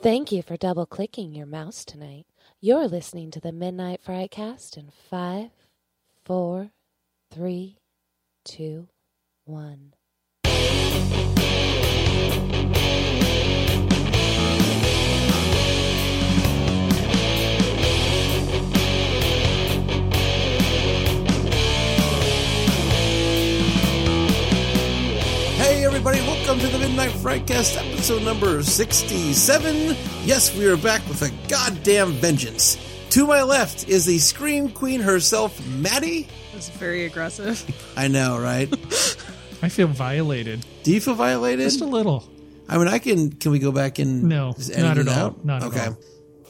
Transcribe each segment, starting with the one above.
Thank you for double clicking your mouse tonight. You're listening to the Midnight Frightcast in five, four, three, two, one. Hey, everybody, welcome to the Midnight Frightcast episode number 67. Yes, we are back with a goddamn vengeance. To my left is the Scream Queen herself, Maddie. That's very aggressive. I know, right? I feel violated, Do you feel violated? just a little. I mean, I can. Can we go back and No, just not edit at it all. out? Not at okay. all.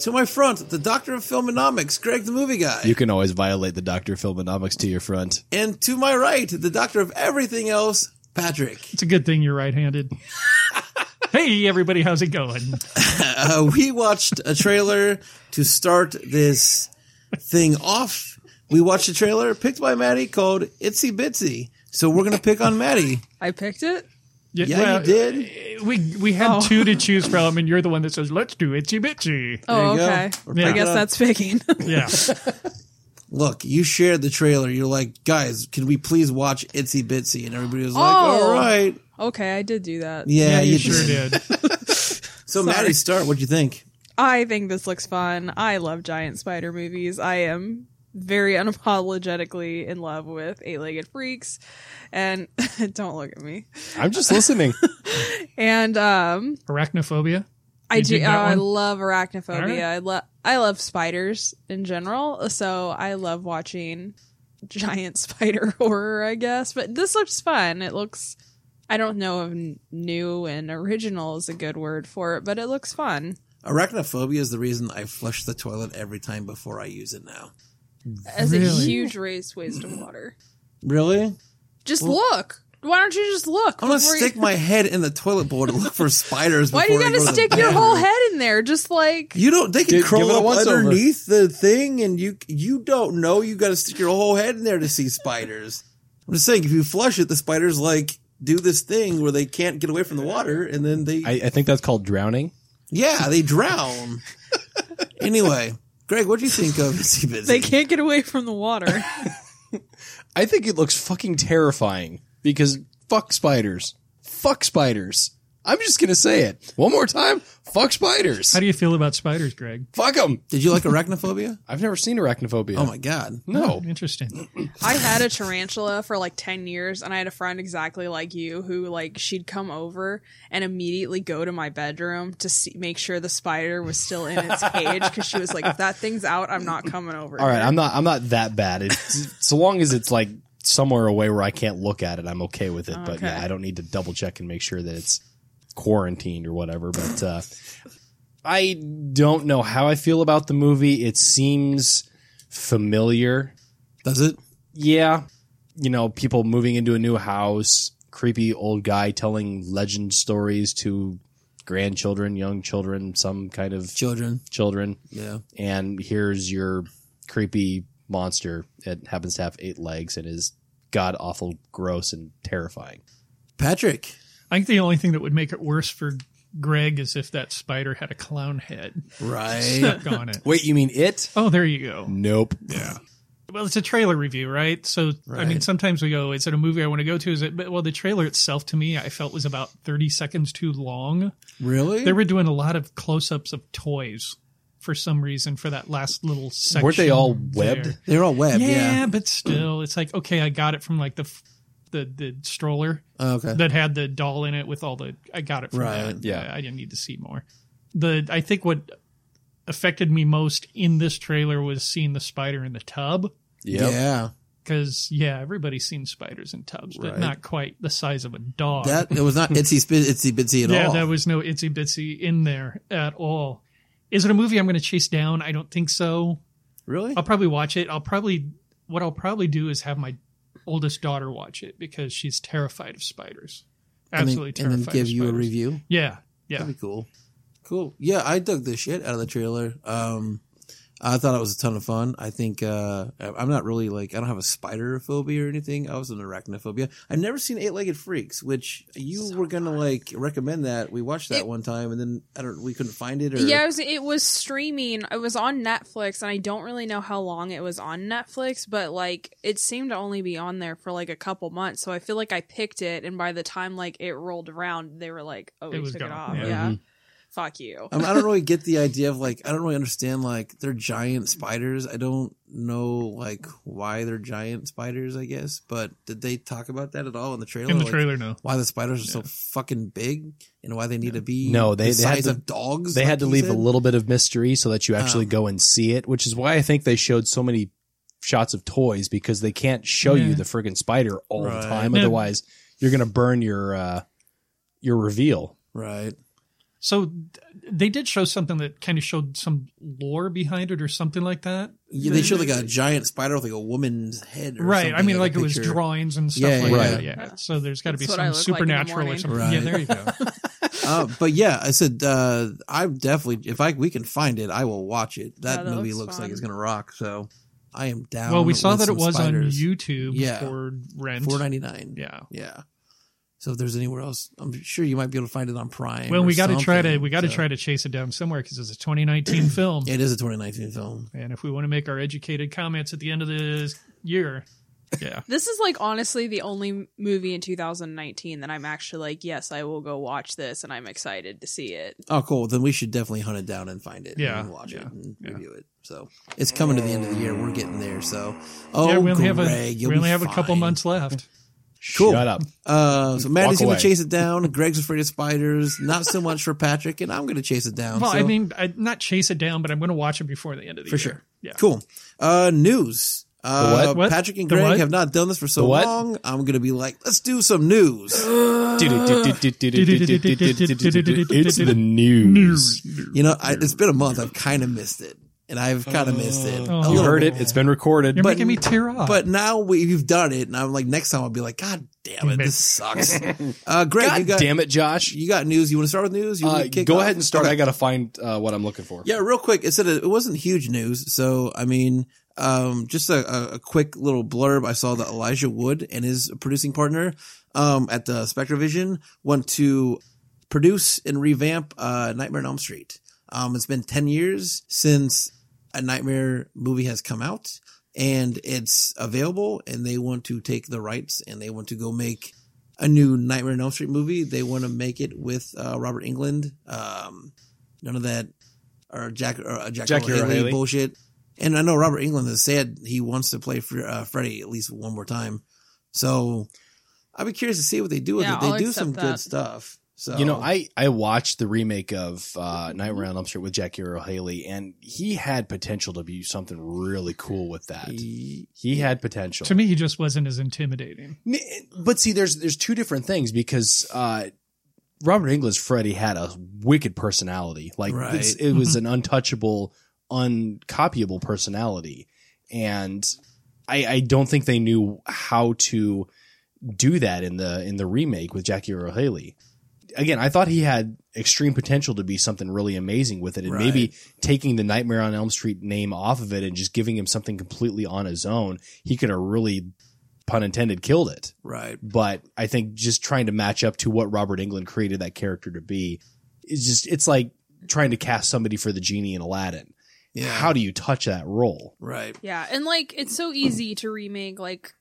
To my front, the Doctor of Filmonomics, Greg, the movie guy, You can always violate the Doctor Philbonomics to your front. and to my right, the Doctor of everything else, Patrick. It's a good thing you're right-handed. hey, everybody, how's it going? uh, we watched a trailer to start this thing off. We watched a trailer picked by Maddie called Itsy Bitsy. So we're gonna pick on Maddie. I picked it. Yeah, Yeah, you did. uh, We we had Oh. two to choose from, and you're the one that says, "Let's do itchy bitchy." Oh, you go. okay. We're Yeah. I picking guess up. that's picking. Yeah, Look, you shared the trailer. You're like, guys, can we please watch Itsy Bitsy? And everybody was like, Oh. all right, okay, I did do that. yeah, yeah, you, you sure did. did. So Sorry. Maddie, start. What'd you think? I think this looks fun. I love giant spider movies. I am very unapologetically in love with eight-legged freaks and don't look at me. I'm just listening. And um Arachnophobia. I You do did that I one? love All right. arachnophobia. I love I love spiders in general, so I love watching giant spider horror, I guess. But this looks fun. It looks I don't know if n- new and original is a good word for it, but it looks fun. Arachnophobia is the reason I flush the toilet every time before I use it now. As a Really? huge race waste of water. Really? Just look. Why don't you just look? I'm gonna before you- stick my head in the toilet bowl to look for spiders. Why do you before I go gotta to the stick your bathroom. whole head in there? Just like You don't. They can Give- crawl give it a up once over. underneath the thing, and you you don't know. You got to stick your whole head in there to see spiders. I'm just saying, if you flush it, the spiders like do this thing where they can't get away from the water, and then they I, I think that's called drowning. yeah they drown. anyway, Greg, what do you think of Itsy Bitsy? they can't get away from the water. I think it looks fucking terrifying because fuck spiders. Fuck spiders. I'm just going to say it one more time. Fuck spiders. How do you feel about spiders, Greg? fuck them. Did you like arachnophobia? I've never seen arachnophobia. Oh my god! No. Interesting. I had a tarantula for like 10 years and I had a friend exactly like you who like she'd come over and immediately go to my bedroom to see, make sure the spider was still in its cage cuz she was like if that thing's out I'm not coming over. All right. I'm not, I'm not that bad. It's, so long as it's like somewhere away where I can't look at it, I'm okay with it. But Okay. yeah, I don't need to double check and make sure that it's quarantined or whatever. But, uh, I don't know how I feel about the movie. It seems familiar. Does it? Yeah. You know, people moving into a new house, creepy old guy telling legend stories to grandchildren, young children, some kind of Children. children. Yeah. And here's your creepy monster. It happens to have eight legs and is god awful, gross, and terrifying. Patrick. I think the only thing that would make it worse for Greg is if that spider had a clown head Right. stuck on it. Wait, you mean it? Oh, there you go. Nope. Yeah. Well, it's a trailer review, right? So, I mean, Right. sometimes we go, is it a movie I want to go to? Is it, but well, the trailer itself to me, I felt was about 30 seconds too Hmm. long. really? They were doing a lot of close ups of toys for some reason for that last little section. Weren't they all webbed? there. They're all web. Yeah, Yeah. but still, it's like, okay, I got it from like the, f- the, the stroller Oh, okay. that had the doll in it with all the I got it from Right, that. yeah. I didn't need to see more. The I think what affected me most in this trailer was seeing the spider in the tub Yeah. because yeah, everybody's seen spiders in tubs, but Right. not quite the size of a dog. That it was not itsy Spi- itsy bitsy at yeah, all. there was no itsy bitsy in there at all. Is it a movie I'm going to chase down? I don't think so. really? I'll probably watch it. I'll probably what I'll probably do is have my oldest daughter watch it because she's terrified of spiders. And then- Absolutely and then terrified. give of you a spiders. review. Yeah, yeah. That'd be cool. Cool. Yeah, I dug the shit out of the trailer. Um, I thought it was a ton of fun. I think uh, I- I'm not really like I don't have a spider phobia or anything. I was an arachnophobia. I've never seen Eight Legged Freaks, which you were gonna like recommend that. We watched that It- one time, and then I don't. We couldn't find it. Or Yeah, it was, it was streaming. It was on Netflix, and I don't really know how long it was on Netflix, but like it seemed to only be on there for like a couple months. So I feel like I picked it, and by the time like it rolled around, they were like, "Oh, It we was took it gone. off." Yeah. Yeah, Mm-hmm. fuck you. I, mean, I don't really get the idea of like I don't really understand like they're giant spiders. I don't know like why they're giant spiders. I guess, but did they talk about that at all in the trailer? in the Like, trailer. No, why the spiders are so fucking big and why they need to be No, they- the they had size to- of dogs. They like had to you leave a said? little bit of mystery so that you actually Um, go and see it, which is why I think they showed so many shots of toys because they can't show Yeah. you the friggin' spider all Right. the time. Yeah. Otherwise, you're gonna burn your uh, your reveal. right. so th- they did show something that kind of showed some lore behind it or something like that. Yeah, they showed like a giant spider with like a woman's head, or right. I something, mean, like, a it was picture. drawings and stuff Yeah, like yeah, that. yeah. Yeah. So there's got to be That's what I some look like in the supernatural or morning. something. Right. Yeah, there you go. Uh, but yeah, I said uh, I'm definitely if I we can find it, I will watch it. That, Yeah, that movie looks looks like fun. it's gonna rock. So I am down. well, we saw with that it some was spiders. on YouTube Yeah. for rent. four ninety nine. Yeah. yeah. So if there's anywhere else, I'm sure you might be able to find it on Prime. Well, or we got to try to something. we got to So- try to chase it down somewhere because it's a 2019 film, It is a 2019 film. and if we want to make our educated comments at the end of the year, yeah, This is like honestly the only movie in 2019 that I'm actually like, yes, I will go watch this, and I'm excited to see it. Oh, cool. Then we should definitely hunt it down and find it. Yeah, and watch it yeah, and yeah. review it. So it's coming to the end of the year. We're getting there. So oh, yeah, we only have a Greg, you'll we be only have a couple fine. months left. Cool. Shut up. Uh, so Maddie's gonna away. chase it down. Greg's afraid of spiders. Not so much for Patrick, and I'm gonna chase it down. Well, so, I mean, I, not chase it down, but I'm going to watch it before the end of the for year sure. Yeah, Cool. Uh, news. Uh, what? What? Patrick and The Greg what? have not done this for so The what? long. I'm gonna be like, let's do some news. It's the news. You know, I, it's been a month. I've kind of missed it, and I've kind of missed it. Oh. A You You little heard bit. it. It's been recorded. You're But- making me tear up. But now we, you've done it, and I'm like, next time I'll be like, God damn it, Damn it. this sucks. Uh, Greg, you God got damn it, Josh. you got news. You want to start with news? You Uh, wanna kick go off? ahead and start. Okay. I got to find uh, what I'm looking for. Yeah, real quick. It said it, it wasn't huge news. So, I mean, um, just a, a, a quick little blurb. I saw that Elijah Wood and his producing partner, um, at the Spectrovision want to produce and revamp, uh, Nightmare on Elm Street. Um, it's been 10 years since a Nightmare movie has come out and it's available and they want to take the rights and they want to go make a new Nightmare on Elm Street movie. They want to make it with, uh, Robert England. Um, none of that or Jack or uh, Jack Jackie O'Haley O'Haley. bullshit. And I know Robert England has said he wants to play for uh, Freddy at least one more time. So I'd be curious to see what they do with Yeah, it. They I'll do accept some good that. stuff. So You know, I I watched the remake of uh, Nightmare on Elm Street with Jackie Earl Haley, and he had potential to be something really cool with that. Ye- He had potential to me, he just wasn't as intimidating. N- But see, there's there's two different things because uh, Robert Englund's Freddy had a wicked personality. Like Right. Mm-hmm. it's, it was an untouchable, uncopyable personality, and I, I don't think they knew how to do that in the in the remake with Jackie Earl Haley. Again, I thought he had extreme potential to be something really amazing with it, and Right. maybe taking the Nightmare on Elm Street name off of it and just giving him something completely on his own, he could have really, pun intended, killed it right. but I think just trying to match up to what Robert England created that character to be is just it's like trying to cast somebody for the genie in Aladdin. Yeah. How do you touch that role? right. Yeah, and like it's so easy to remake like,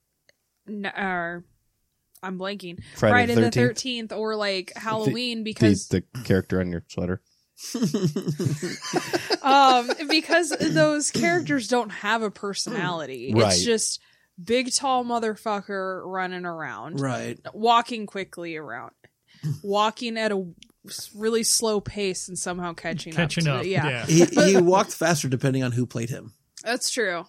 n- or I'm blanking Friday, the Thirteenth or like Halloween because the, character on your sweater. um because those characters don't have a personality. Right. It's just big tall motherfucker running around, Right. walking quickly around, walking at a really slow pace and somehow catching, Catching up. to up, it. yeah. yeah. He, he walked faster depending on who played him. That's true.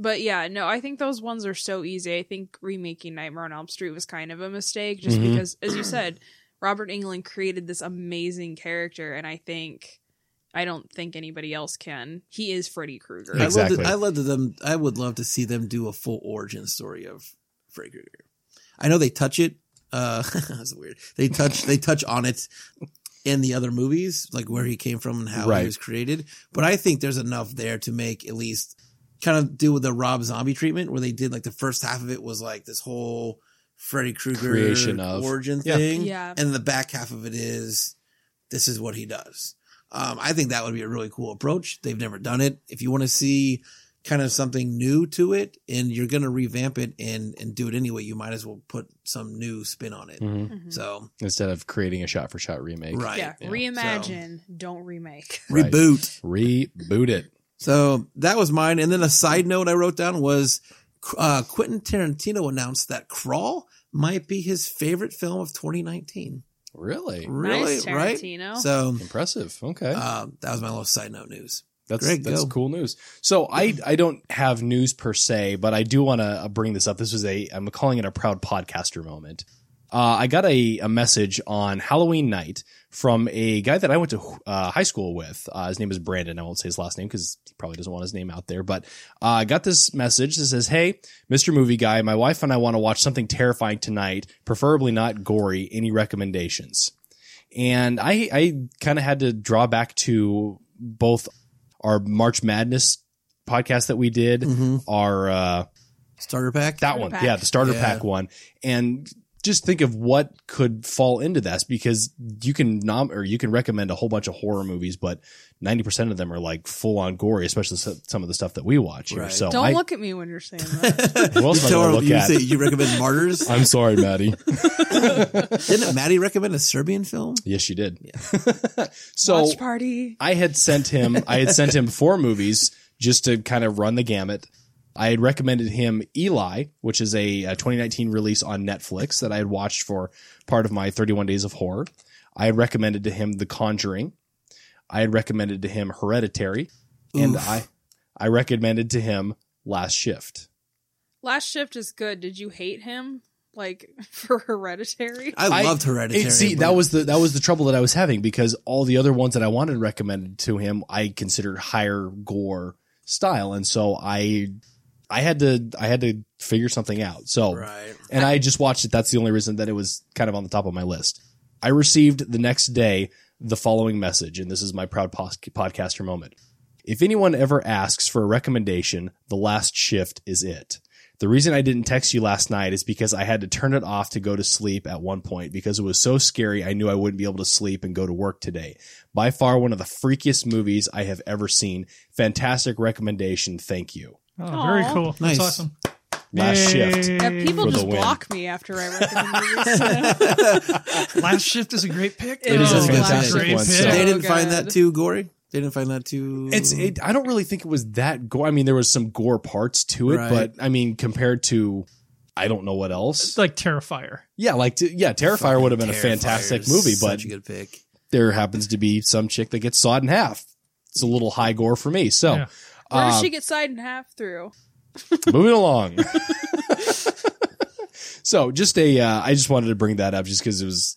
But yeah, no, I think those ones are so easy. I think remaking Nightmare on Elm Street was kind of a mistake just Mhm. because as you said, Robert England created this amazing character and I think I don't think anybody else can. He is Freddy Krueger. Yeah. Exactly. I love that, I love that them. I would love to see them do a full origin story of Freddy Krueger. I know they touch it. Uh, that's weird. They touch. they touch on it in the other movies, like where he came from and how Right. he was created. But I think there's enough there to make at least kind of do with the Rob Zombie treatment where they did like the first half of it was like this whole Freddy Krueger Creation of- origin Yeah. thing. Yeah. And the back half of it is this is what he does. Um, I think that would be a really cool approach. They've never done it. If you want to see kind of something new to it and you're going to revamp it and, and do it anyway, you might as well put some new spin on it. Mhm. Mhm. So, Instead of creating a shot for shot remake, right. yeah, yeah. reimagine, don't remake. Right. Reboot. reboot it. So that was mine. And then a side note I wrote down was uh, Quentin Tarantino announced that Crawl might be his favorite film of 2019. Really Really? nice, right? Tarantino. So impressive. Okay, uh, that was my little side note news. that's Greg, that's go. cool news. So I I don't have news per se, but I do want to bring this up. This was a I'm calling it a proud podcaster moment. Uh, I got a, a message on Halloween night from a guy that I went to uh, high school with. Uh, his name is Brandon. I won't say his last name because he probably doesn't want his name out there. But uh, I got this message that says, Hey, Mr. Movie Guy, my wife and I want to watch something terrifying tonight, preferably not gory. Any recommendations? And I, I kind of had to draw back to both our March Madness podcast that we did, Mm. our. Uh, Starter pack. that one pack. yeah the starter Yeah. pack one and just think of what could fall into this because you can nom or you can recommend a whole bunch of horror movies but 90% of them are like full on gory especially s- some of the stuff that we watch here Right. so don't I, look at me when you're saying that. who else am I Tell gonna her- look you, at? say you recommend Martyrs. i'm sorry maddie Didn't Maddie recommend a Serbian film? yes she did so Watch party. I had sent him I had sent him four movies just to kind of run the gamut. I had recommended him Eli, which is a, uh 2019 release on Netflix that I had watched for part of my 31 Days of Horror. I had recommended to him The Conjuring. I had recommended to him Hereditary, and Oof. I I recommended to him Last Shift. Last shift is good. Did you hate him? Like for hereditary? I, I- loved Hereditary. It- see, but that was the that was the trouble that I was having because all the other ones that I wanted recommended to him, I considered higher gore style, and so I I had to I had to figure something out. So right. and I just watched it. That's the only reason that it was kind of on the top of my list. I received the next day the following message, and this is my proud pos- podcaster moment. If anyone ever asks for a recommendation, the last shift is it. The reason I didn't text you last night is because I had to turn it off to go to sleep at one point because it was so scary I knew I wouldn't be able to sleep and go to work today. By far one of the freakiest movies I have ever seen. Fantastic recommendation. Thank you. Oh, very Aw. cool. Nice. That's awesome. Last shift. Yeah, Yay. Uh, people For the just win. block me after I recommend movies. Last shift is a great pick. It is a Oh, fantastic great one, pick. so- they Oh, didn't find God. that too gory. They didn't find that too. It's. It, I don't really think it was that gore. I mean, there was some gore parts to it, Right. but I mean, compared to, I don't know what else. It's like Terrifier. Yeah, like to, yeah, Terrifier would have been a fantastic Terrifier is movie, but such a good pick. there happens to be some chick that gets sawed in half. It's a little high gore for me. So, Yeah. Where uh, does she get side in half through? moving along. so, just a. Uh, I just wanted to bring that up, just because it was.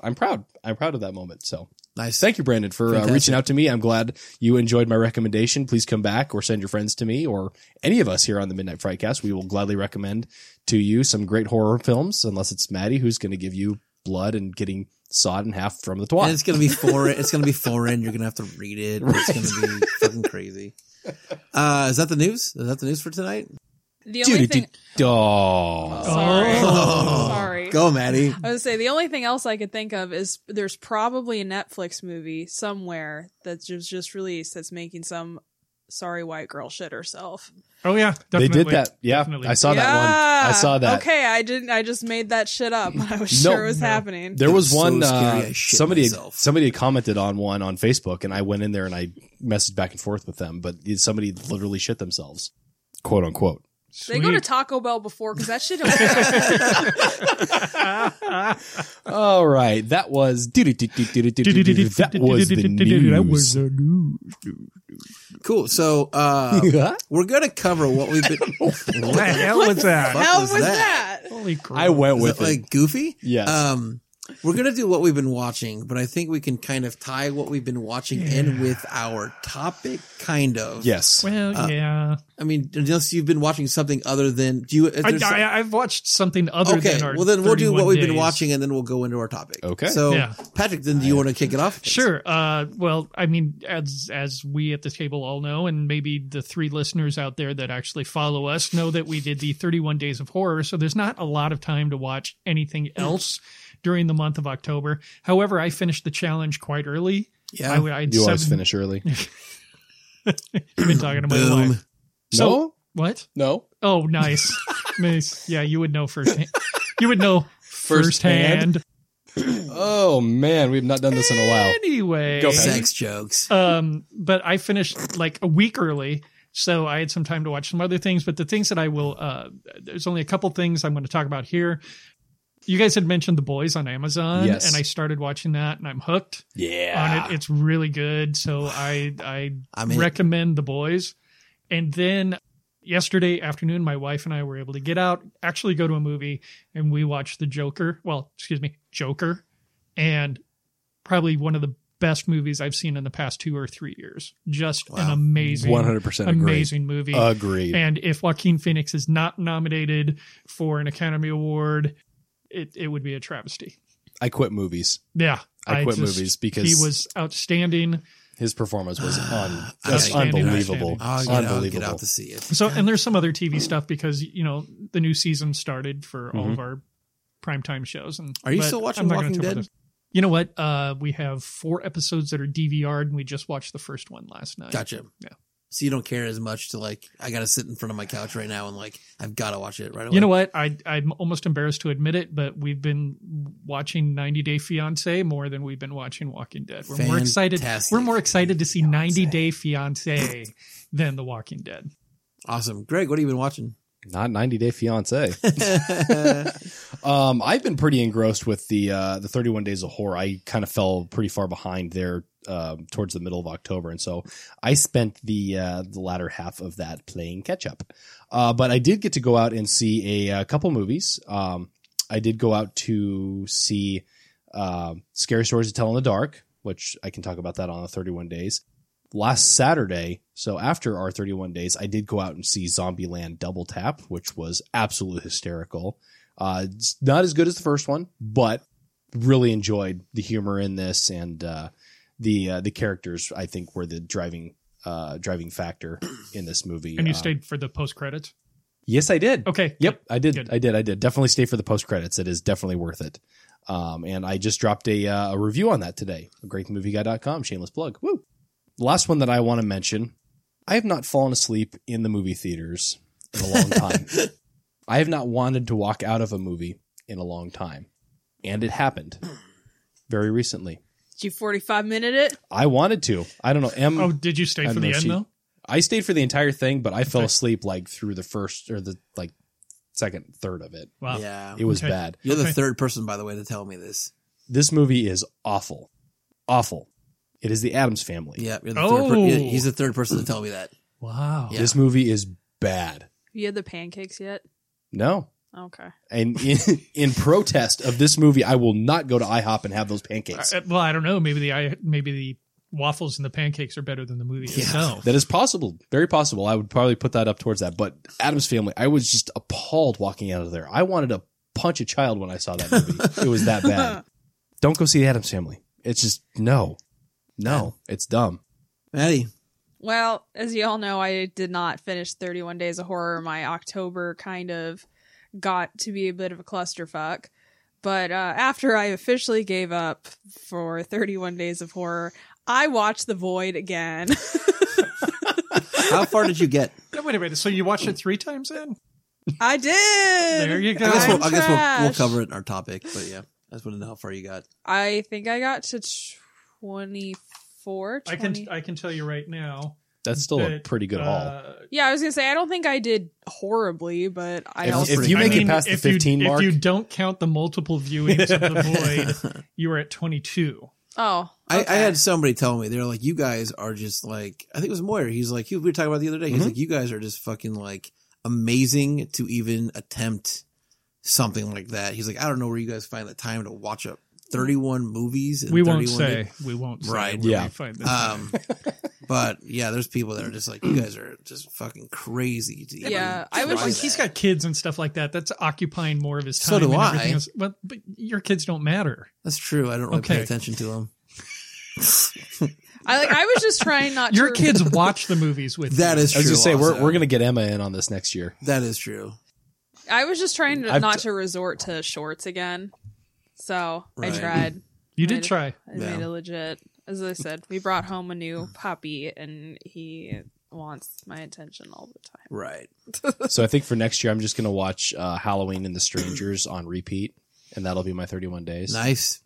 I'm proud. I'm proud of that moment. So, Nice. thank you, Brandon, for uh, Fantastic. reaching out to me. I'm glad you enjoyed my recommendation. Please come back or send your friends to me or any of us here on the Midnight Frightcast. We will gladly recommend to you some great horror films, unless it's Maddie who's going to give you blood and getting sawed in half from the And twat. it's gonna be foreign. It's gonna be foreign. You're gonna have to read it. It's gonna be fucking crazy. Uh, is that the news? Is that the news for tonight? The only thing. Oh. Doo-doo-doo. Oh, Sorry. Oh. Sorry. Go, Maddie. I would say the only thing else I could think of is there's probably a Netflix movie somewhere that's just just released that's making some sorry white girl shit herself. Oh yeah, They definitely. did that. Yeah, Definitely. I saw that one. I saw that. Okay, I didn't. I just made that shit up. when I was No, sure it was no. happening. There was so one scary, uh, I shit somebody had, myself. somebody had commented on one on Facebook, and I went in there and I messaged back and forth with them. But somebody literally shit themselves, quote unquote. They go to Sweet. Taco Bell before because that shit. Don't All right, that was that was the That was news. the news. Cool. So uh, we're gonna cover what we've been. What the hell was that? Fuck How was was that? that? Holy crap! I went Is with that, it. like goofy? Yes. Um, We're gonna do what we've been watching, but I think we can kind of tie what we've been watching in with our topic, kind of. Yes. Well, yeah. I mean, unless you've been watching something other than do you? if I, there's some- I, I've watched something other okay, than our. well then we'll do what 31 we've been days. watching, and then we'll go into our topic. Okay. So, Yeah. Patrick, then do you want to kick it off? Sure. Uh, well, I mean, as as we at the table all know, and maybe the three listeners out there that actually follow us know that we did the 31 Days of Horror, so there's not a lot of time to watch anything Hmm. else during the month of October. However, I finished the challenge quite early. Yeah. I, I had You always seven- finish early. I've been talking to my Boom. wife. So- no. What? No. Oh, nice, nice. Yeah, you would know firsthand. You would know firsthand. Oh man, we've not done this in a while. Anyway, Oh. Go ahead. Sex jokes. um but i finished like a week early so i had some time to watch some other things but the things that i will uh there's only a couple things i'm going to talk about here you guys had mentioned the boys on amazon Yes. and i started watching that and i'm hooked Yeah. on it it's really good so i i I'm in. recommend the boys and then yesterday afternoon my wife and i were able to get out actually go to a movie and we watched the joker well excuse me joker and probably one of the best movies i've seen in the past two or three years just an Wow. amazing 100% agree. Uh, amazing movie Agreed. and if joaquin phoenix is not nominated for an academy award it, it would be a travesty I quit movies. yeah I quit just- movies because- he was outstanding His performance was un- I just can't do that. unbelievable. I'll oh, get, I'll get Unbelievable. out to see it. So, and there's some other TV stuff because you know the new season started for all of our primetime shows. And Mm-hmm. Are you but still watching I'm not gonna Walking talk about Dead? this. You know what? Uh, we have four episodes that are DVR'd, and we just watched the first one last night. Gotcha. Yeah. So you don't care as much to like. I gotta sit in front of my couch right now and like I've gotta watch it right away. You know what? I I'm almost embarrassed to admit it, but we've been watching 90 Day Fiance more than we've been watching Walking Dead. We're more excited. Fantastic. We're more excited to see 90 Day Fiance than The Walking Dead. Awesome, Greg. What have you been watching? Not 90 Day Fiance. um, I've been pretty engrossed with the uh, the 31 Days of Horror. I kind of fell pretty far behind there um towards the middle of October, and so I spent the uh, the latter half of that playing catch up. Uh, but I did get to go out and see a, uh couple movies. Um, I did go out to see uh, Scary Stories to Tell in the Dark, which I can talk about that on the 31 Days. Last Saturday, so after our 31 days, I did go out and see Zombieland Double Tap, which was absolutely hysterical. Uh, it's not as good as the first one, but really enjoyed the humor in this and uh, the uh, the characters. I think were the driving uh, driving factor in this movie. And you Uh, stayed for the post credits. Yes, I did. Okay. Yep, I did. Good. I did. I did. Definitely stay for the post credits. It is definitely worth it. Um, and I just dropped a, uh, a review on that today. GreatMovieGuy.com. Shameless plug. Woo. Last one that I want to mention. I have not fallen asleep in the movie theaters in a long time. I have not wanted to walk out of a movie in a long time, and it happened very recently. Did you 45 minute it? I wanted to. I don't know. Em, Oh, did you stay I for know the end she- though? I stayed for the entire thing, but I fell Okay. asleep like through the first or the like second third of it. Wow. yeah, It was Okay. bad. you're the okay. third person, by the way, to tell me this. this movie is awful, awful. It is the Adams Family. Yeah, you're the third Oh. per- yeah, he's the third person to tell me that. Wow. Yeah. This movie is bad. You had the pancakes yet? No, Okay. and in, in protest of this movie, I will not go to IHOP and have those pancakes. Uh, I- I- Uh, well, I don't know. Maybe the I maybe the waffles and the pancakes are better than the movie Yeah. itself. That is possible, very possible. I would probably put that up towards that. But Adams Family, I was just appalled walking out of there. I wanted to punch a child when I saw that movie. it was that bad. Don't go see the Adams Family. It's just no, no. It's dumb. Maddie, Well, as you all know, I did not finish 31 Days of Horror. My October kind of got to be a bit of a clusterfuck. But uh, after I officially gave up for 31 Days of Horror, I watched The Void again. how far did you get? No, wait a minute. So you watched it three times then? I did. There you go. I guess, we'll, I'm I guess we'll, we'll trash. cover it in our topic, but yeah, I just want to know how far you got. I think I got to 24. I can 20 I can tell you right now. That's still a that, pretty good haul. uh, yeah, I was going to say, I don't think I did horribly, but I If- also. if you I make it mean, past the if you- 15 mark- if you don't count the multiple viewings of the void, you are at twenty two. oh. I, I okay. had somebody tell me they're like, you guys are just like, I think it was Moyer. He's like, he- we were talking about it the other day. He's Mm-hmm. Mhm. like, you guys are just fucking like amazing to even attempt something like that. He's like, I don't know where you guys find the time to watch a 31 movies. In we won't 31 days. say. We won't say. Right. where Yeah. we find this. Um, but yeah, there's people that are just like, you guys are just fucking crazy. To even Yeah, I was try Like, that. he's got kids and stuff like that. That's occupying more of his So time. do and I. everything else. Well, but your kids don't matter. That's true. I don't really pay Okay. attention to him. I like. I was just trying not. Your to kids watch the movies with That you. is I true. was gonna say we're also. we're gonna get Emma in on this next year. That is true. I was just trying to, I've not t- to resort to shorts again. So Right. I tried. You did try. I Yeah. made it legit. As I said, we brought home a new puppy, and he wants my attention all the time. Right. so I think for next year, I'm just gonna watch uh, Halloween and the Strangers on repeat, and that'll be my 31 days. Nice.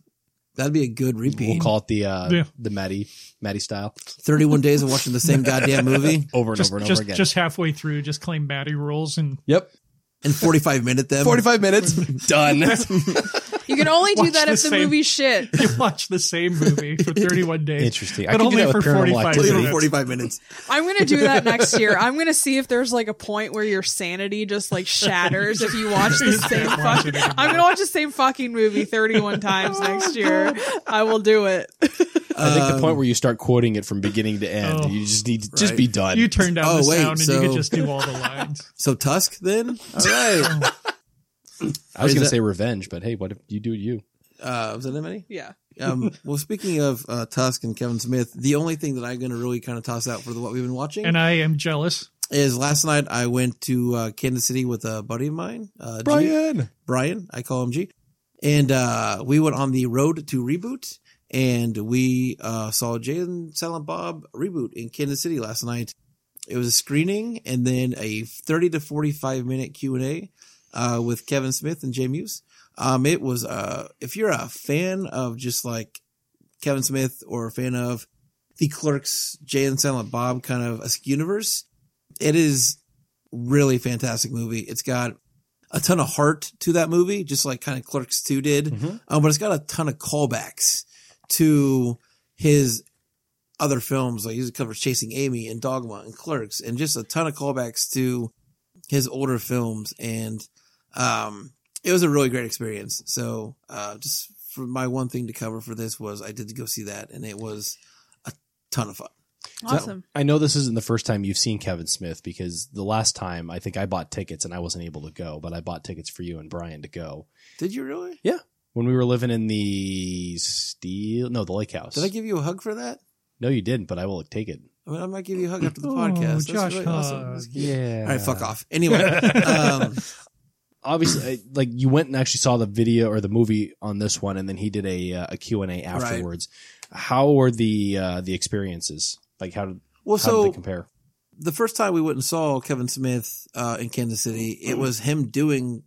That'd be a good repeat. We'll call it the uh, Yeah. the Maddie Maddie style 31 days of watching the same goddamn movie over and Just, over and just, over again. just halfway through, just claim Maddie rules and yep, in 45 minute them. 45 minutes done. You can only do Watch that the if the same- movie shit. you watch the same movie for 31 days. Interesting. But I could do only that with for Paranormal 45 Activity. Leave it minutes. in 45 minutes. I'm gonna do that next year. I'm gonna see if there's like a point where your sanity just like shatters if you watch the same can't watch fucking. it anymore. I'm gonna watch the same fucking movie 31 times next year. I will do it. I think the point where you start quoting it from beginning to end, Oh. you just need to just Um, Right. be done. You turn down Oh, the wait, sound and you so- could just do all the lines. So Tusk then? All right. I was Is going to that- say revenge, but hey, what if you do you? Uh, was that it, Manny? Yeah. Um, well, speaking of uh, Tusk and Kevin Smith, the only thing that I'm going to really kind of toss out for the, what we've been watching And I am jealous. is last night I went to uh, Kansas City with a buddy of mine, uh, G- Brian. I call him G. And uh, we went on the road to reboot, and we uh, saw Jay and Silent Bob reboot in Kansas City last night. It was a screening and then a 30 to 45 minute Q and A uh, with Kevin Smith and Jay Muse. Um, it was uh, if you're a fan of just like Kevin Smith or a fan of the Clerks, Jay and Silent Bob kind of a universe, it is really fantastic movie. It's got a ton of heart to that movie, just like kind of Clerks 2 did. Um, but it's got a ton of callbacks to his other films. Like he covers Chasing Amy and Dogma and Clerks and just a ton of callbacks to his older films. And, um, it was a really great experience. So, uh, just for my one thing to cover for this was I did go see that and it was a ton of fun. Awesome. I know this isn't the first time you've seen Kevin Smith because the last time I think I bought tickets and I wasn't able to go, but I bought tickets for you and Brian to go Did you really? when we were living in the steel no the lake house. Did I give you a hug for that? no, you didn't, but I will take it. I mean, I might give you a hug after the Oh, podcast. That's Josh really awesome. That's hug. cute. Yeah. All right, fuck off. Anyway, um, Obviously, I- like you went and actually saw the video or the movie on this one, and then he did a uh, a Q and A afterwards. How were the uh, the experiences? Like how did well, how did so they compare? the first time we went and saw Kevin Smith uh, in Kansas City, it was him doing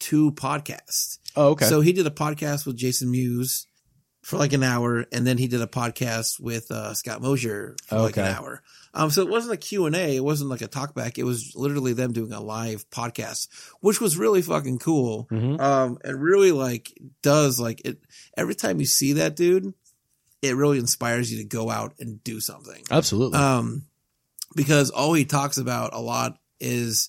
two podcasts. Oh, okay. So he did a podcast with Jason Mewes for like an hour, and then he did a podcast with uh, Scott Mosier for like an Okay. hour. Um, so it wasn't a Q and A. It wasn't like a talkback. It was literally them doing a live podcast, which was really fucking cool. Mhm. Um, and really like does like it every time you see that dude, it really inspires you to go out and do something. Absolutely. Um, because all he talks about a lot is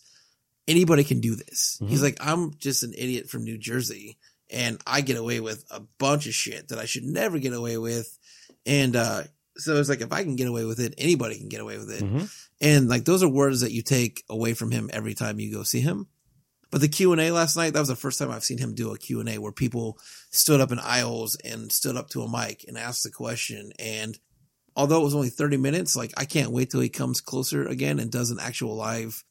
anybody can do this. Mhm. He's like, I'm just an idiot from New Jersey and I get away with a bunch of shit that I should never get away with. And, uh, so it's like, if I can get away with it, anybody can get away with it. Mhm. And like, those are words that you take away from him every time you go see him. But the Q and A last night, that was the first time I've seen him do a Q and A where people stood up in aisles and stood up to a mic and asked a question. And although it was only 30 minutes, like I can't wait till he comes closer again and does an actual live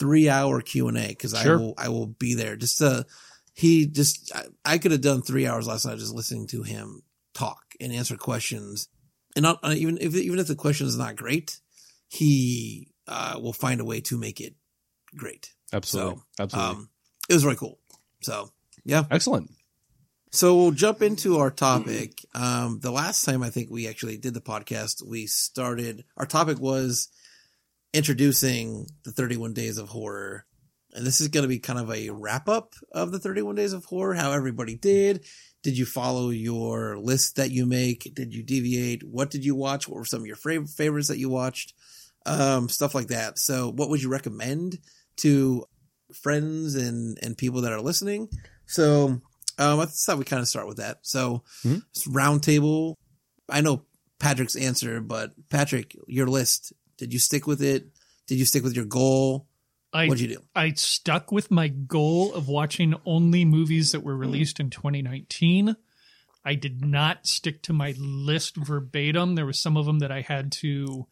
three hour Q and A. Cause I Sure. will, I will be there just to, he just, I, I could have done three hours last night just listening to him talk and answer questions. And not, uh, even if, even if the question is not great, he uh, will find a way to make it great. Absolutely. Absolutely. Um, it was really cool. So yeah, Excellent. so we'll jump into our topic. Um, the last time I think we actually did the podcast, we started our topic was introducing the 31 Days of Horror. And this is going to be kind of a wrap up of the 31 Days of Horror, how everybody did. Did you follow your list that you make? Did you deviate? What did you watch? What were some of your fav- favorites that you watched? Um, stuff like that. So, what would you recommend to friends and, and people that are listening? So, Um, I just thought we kind of start with that. So, Mhm. it's round table. I know Patrick's answer, but Patrick, your list. Did you stick with it? Did you stick with your goal? I What'd you do? I stuck with my goal of watching only movies that were Mm-hmm. released in 2019. I did not stick to my list verbatim. There were some of them that I had to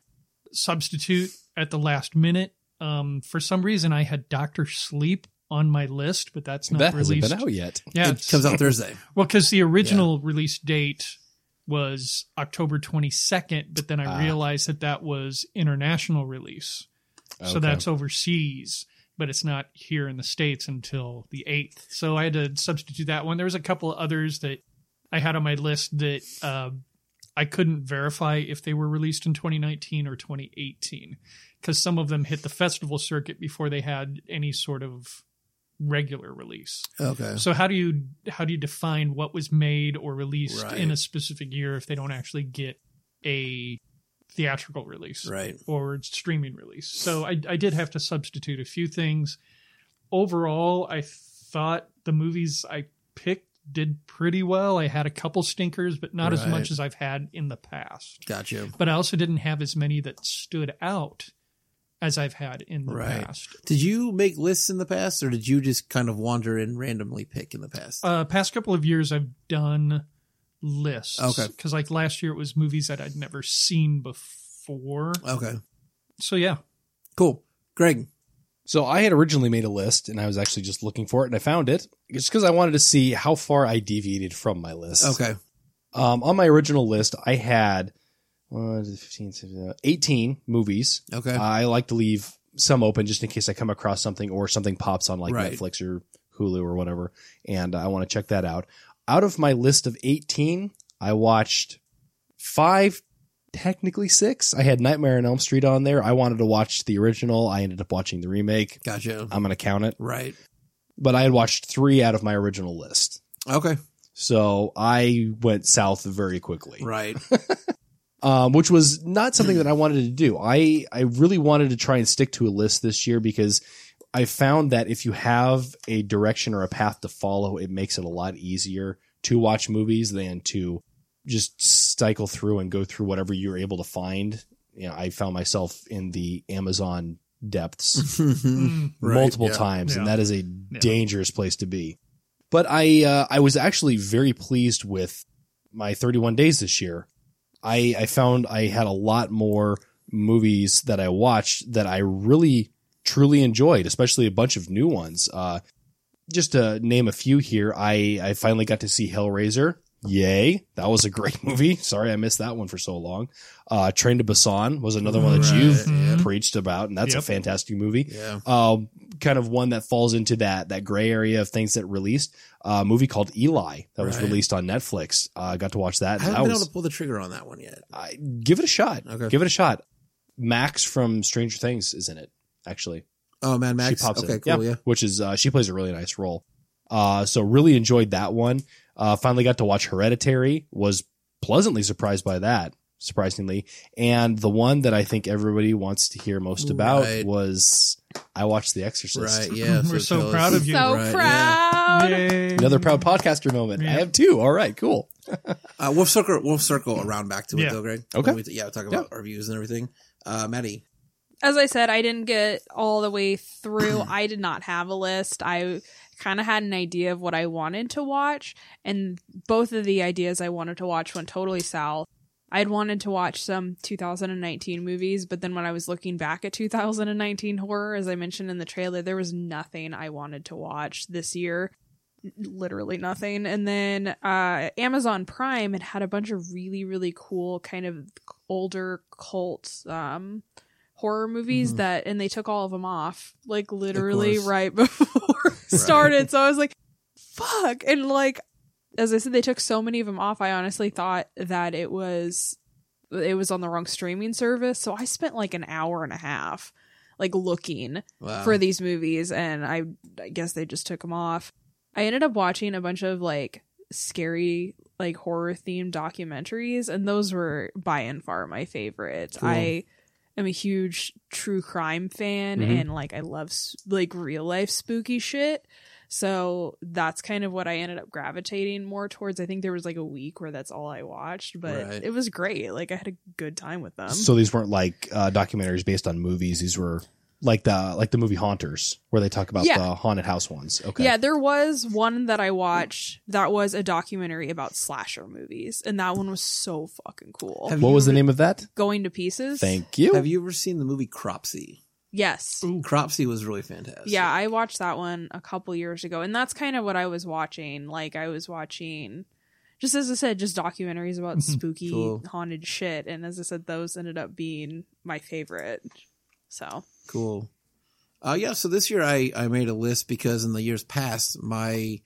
substitute at the last minute. Um, for some reason, I had Doctor Sleep on my list, but that's not that hasn't released. been out yet. Yeah, It comes out Thursday. well, because the original release date was October 22nd, but then I Ah. realized that that was international release. So Okay. that's overseas, but it's not here in the States until the 8th. So I had to substitute that one. There was a couple of others that I had on my list that uh, I couldn't verify if they were released in 2019 or 2018 because some of them hit the festival circuit before they had any sort of regular release. Okay. So how do you how do you define what was made or released Right. in a specific year if they don't actually get a theatrical release? Right. or streaming release. So I, I did have to substitute a few things. Overall, I thought the movies I picked did pretty well. I had a couple stinkers, but not as Right. much as I've had in the past. Gotcha. But I also didn't have as many that stood out as I've had in the Right. past. Did you make lists in the past, or did you just kind of wander and randomly pick in the past? Uh, past couple of years, I've done lists. Okay. Because like last year, it was movies that I'd never seen before. okay. So yeah, Cool. Greg. So I had originally made a list, and I was actually just looking for it, and I found it just because I wanted to see how far I deviated from my list. Okay. Um, on my original list, I had uh, 15, 17, uh, 18 movies. Okay. I like to leave some open just in case I come across something or something pops on like Right. Netflix or Hulu or whatever, and I want to check that out. Out of my list of 18, I watched five, technically six. I had Nightmare on Elm Street on there. I wanted to watch the original. I ended up watching the remake. gotcha. I'm going to count it. Right. But I had watched three out of my original list. Okay. So I went south very quickly Right. um, which was not something that I wanted to do. I I really wanted to try and stick to a list this year because I found that if you have a direction or a path to follow, it makes it a lot easier to watch movies than to just cycle through and go through whatever you're able to find. You know, I found myself in the Amazon Mm-hmm. depths Mm, Right, multiple yeah. times, and Yeah. that is a dangerous place to be. But I uh, I was actually very pleased with my 31 days this year. I I found I had a lot more movies that I watched that I really truly enjoyed, especially a bunch of new ones. Uh, just to name a few here, I I finally got to see Hellraiser. Yay! That was a great movie. Sorry I missed that one for so long. Uh, Train to Busan was another one that Right, you've yeah. preached about, and that's Yep. a fantastic movie Yeah. um, kind of one that falls into that that gray area of things that released. Uh, a movie called Eli that was Right. released on Netflix. Uh, I got to watch that. I and haven't that been was able to pull the trigger on that one yet. I, give it a shot. Okay. Give it a shot. Max from Stranger Things is in it. Actually, Oh, Mad Max. she pops okay. in. Cool. Yeah. which is uh, she plays a really nice role. Uh, so really enjoyed that one. Uh, finally got to watch Hereditary. Was pleasantly surprised by that. Surprisingly, and the one that I think everybody wants to hear most about Right. was I watched The Exorcist. Right. Yeah. We're so tell us- proud of you. So Right, yeah. proud. Mm. Yay. Another proud podcaster moment. Yeah. I have two. All right, cool. Uh, we'll circle. We'll circle around back to it Yeah. though, Greg. Okay. When We, yeah. We'll talk about our views and everything. Uh, Maddie. as I said, I didn't get all the way through. I did not have a list. I kind of had an idea of what I wanted to watch, and both of the ideas I wanted to watch went totally south. I'd wanted to watch some 2019 movies, but then when I was looking back at 2019 horror, as I mentioned in the trailer, there was nothing I wanted to watch this year. Literally nothing. And then uh, Amazon Prime had had a bunch of really, really cool kind of older cult um, horror movies Mhm. that and they took all of them off like literally course. right before it started so i was like fuck and like as i said they took so many of them off i honestly thought that it was it was on the wrong streaming service so i spent like an hour and a half like looking Wow. for these movies and I, I guess they just took them off i ended up watching a bunch of like scary like horror themed documentaries and those were by and far my favorite Cool. i am a huge true crime fan Mhm. Mm-hmm. and like i love s- like real life spooky shit So that's kind of what I ended up gravitating more towards. I think there was like a week where that's all I watched, but Right. it was great. Like I had a good time with Um, them. so these weren't like uh, documentaries based on movies. These were like the like the movie Haunters, where they talk about Yeah. the haunted house ones. Okay. Yeah, there was one that I watched that was a documentary about slasher movies, and that one was so fucking cool. Have What you was the ever- name of that? Going to pieces. Thank you. Have you ever seen the movie Cropsy? yes. Ooh. Cropsy was really fantastic. Yeah, I watched that one a couple years ago, and that's kind of what I was watching. Like I was watching, just as I said, just documentaries about spooky Cool. haunted shit, and as I said, those ended up being my favorite. So Cool. Uh, yeah. So this year I, I made a list because in the years past my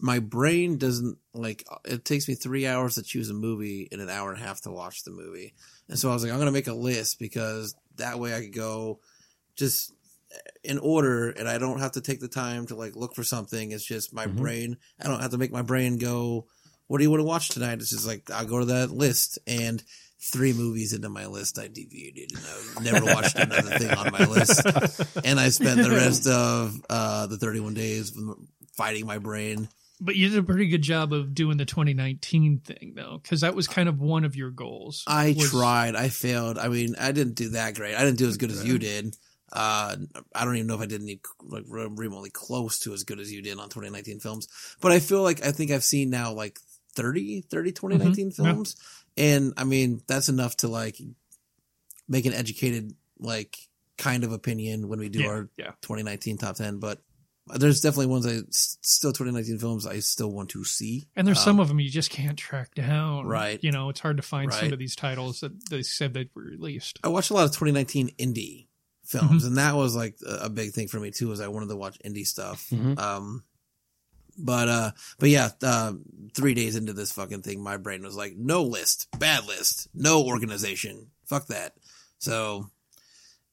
my brain doesn't like uh, it takes me three hours to choose a movie and an hour and a half to watch the movie, and so I was like I'm gonna make a list because that way I could go just uh, in order and I don't have to take the time to like look for something. It's just my Mhm. brain. I don't have to make my brain go. What do you want to watch tonight? It's just like I'll go to that list and three movies into my list I deviated and I never watched another thing on my list. And I spent the rest of uh, the 31 days fighting my brain. But you did a pretty good job of doing the 2019 thing, though, because that was kind of one of your goals. I was- tried. I failed. I mean, I didn't do that great. I didn't do as good as you did. Uh, I don't even know if I did any like re- remotely close to as good as you did on 2019 films, but I feel like I think I've seen now like 30, 30 2019 Mhm. Yeah. films. And I mean, that's enough to like make an educated, like kind of opinion when we do Yeah, our yeah. 2019 top 10, but there's definitely ones I s- still 2019 films I still want to see. And there's Um, some of them you just can't track down. Right. You know, it's hard to find some Right. Uh, of these titles that they said they were released. I watched a lot of 2019 indie Mm-hmm. films, and that was like a a big thing for me too. Is I wanted to watch indie stuff. Mhm. Um, but uh, but yeah, uh, three days into this fucking thing, my brain was like, no list, bad list, no organization, fuck that. So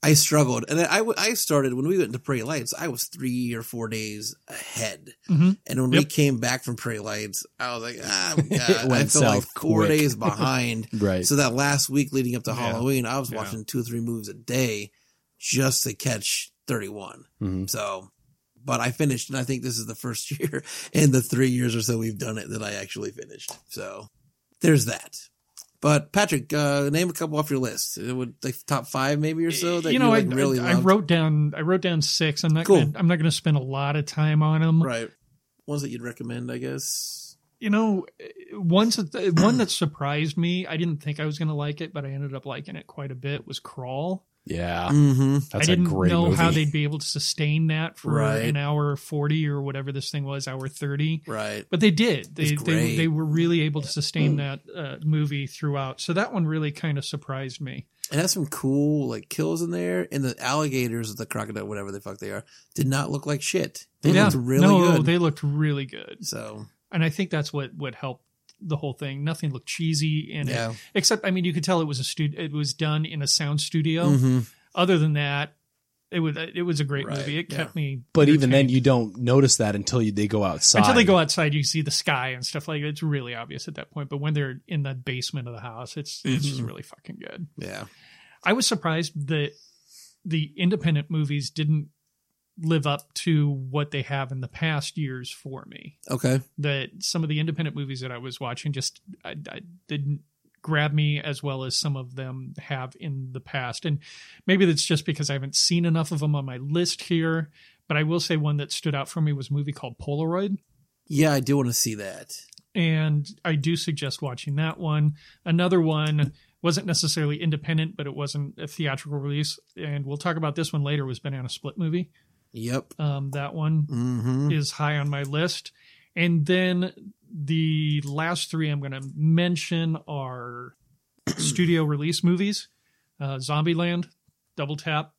I struggled, and I I started when we went to Prairie Lights. I was three or four days ahead. hmm And when we Yep. came back from Prairie Lights, I was like, ah, God, It I went felt like south four quick. days behind. Right. So that last week leading up to Yeah. Halloween, I was Yeah. watching two or three movies a day just to catch 31. Mhm. So, but I finished, and I think this is the first year in the three years or so we've done it that I actually finished. So there's that. But Patrick, uh, name a couple off your list. It would like top five maybe or so that you know like, Eh, I really I, I loved. wrote down I wrote down six. I'm not Cool. gonna I'm not gonna spend a lot of time on them. right ones that you'd recommend, I guess. You know, once one that surprised me, I didn't think I was gonna like it, but I ended up liking it quite a bit. Was Crawl. Uh, Yeah. Mm-hmm. That's Mm, I didn't a great know movie. how they'd be able to sustain that for Right. an hour forty or whatever this thing was, hour thirty. Right. But they did. They, It's great. Hmm. they they were really able to sustain that uh, movie throughout. So that one really kind of surprised me. It has some cool like kills in there, and the alligators, the crocodile, whatever the fuck they are, did not look like shit. They yeah. looked really no, good. they looked really good. so And I think that's what what helped the whole thing. Nothing looked cheesy in it. yeah, Except I mean you could tell it was a studio it was done in a sound studio. hmm Other than that, it was it was a great Right, movie. It yeah. kept me But even then, entertained. you don't notice that until you, they go outside. until they go outside you see the sky and stuff like that. It's really obvious at that point. But when they're in the basement of the house, it's it's just Mhm. really fucking good. yeah, I was surprised that the independent movies didn't live up to what they have in the past years for me. okay, That some of the independent movies that I was watching just I, I didn't grab me as well as some of them have in the past. And maybe that's just because I haven't seen enough of them on my list here. But I will say one that stood out for me was a movie called Polaroid. yeah. I do want to see that. And I do suggest watching that one. Another one wasn't necessarily independent, but it wasn't a theatrical release. And we'll talk about this one later. Was Banana Split movie? Yep. Um, that one Mm-hmm. is high on my list. And then the last three I'm going to mention are studio release movies: uh, Zombieland, Double Tap.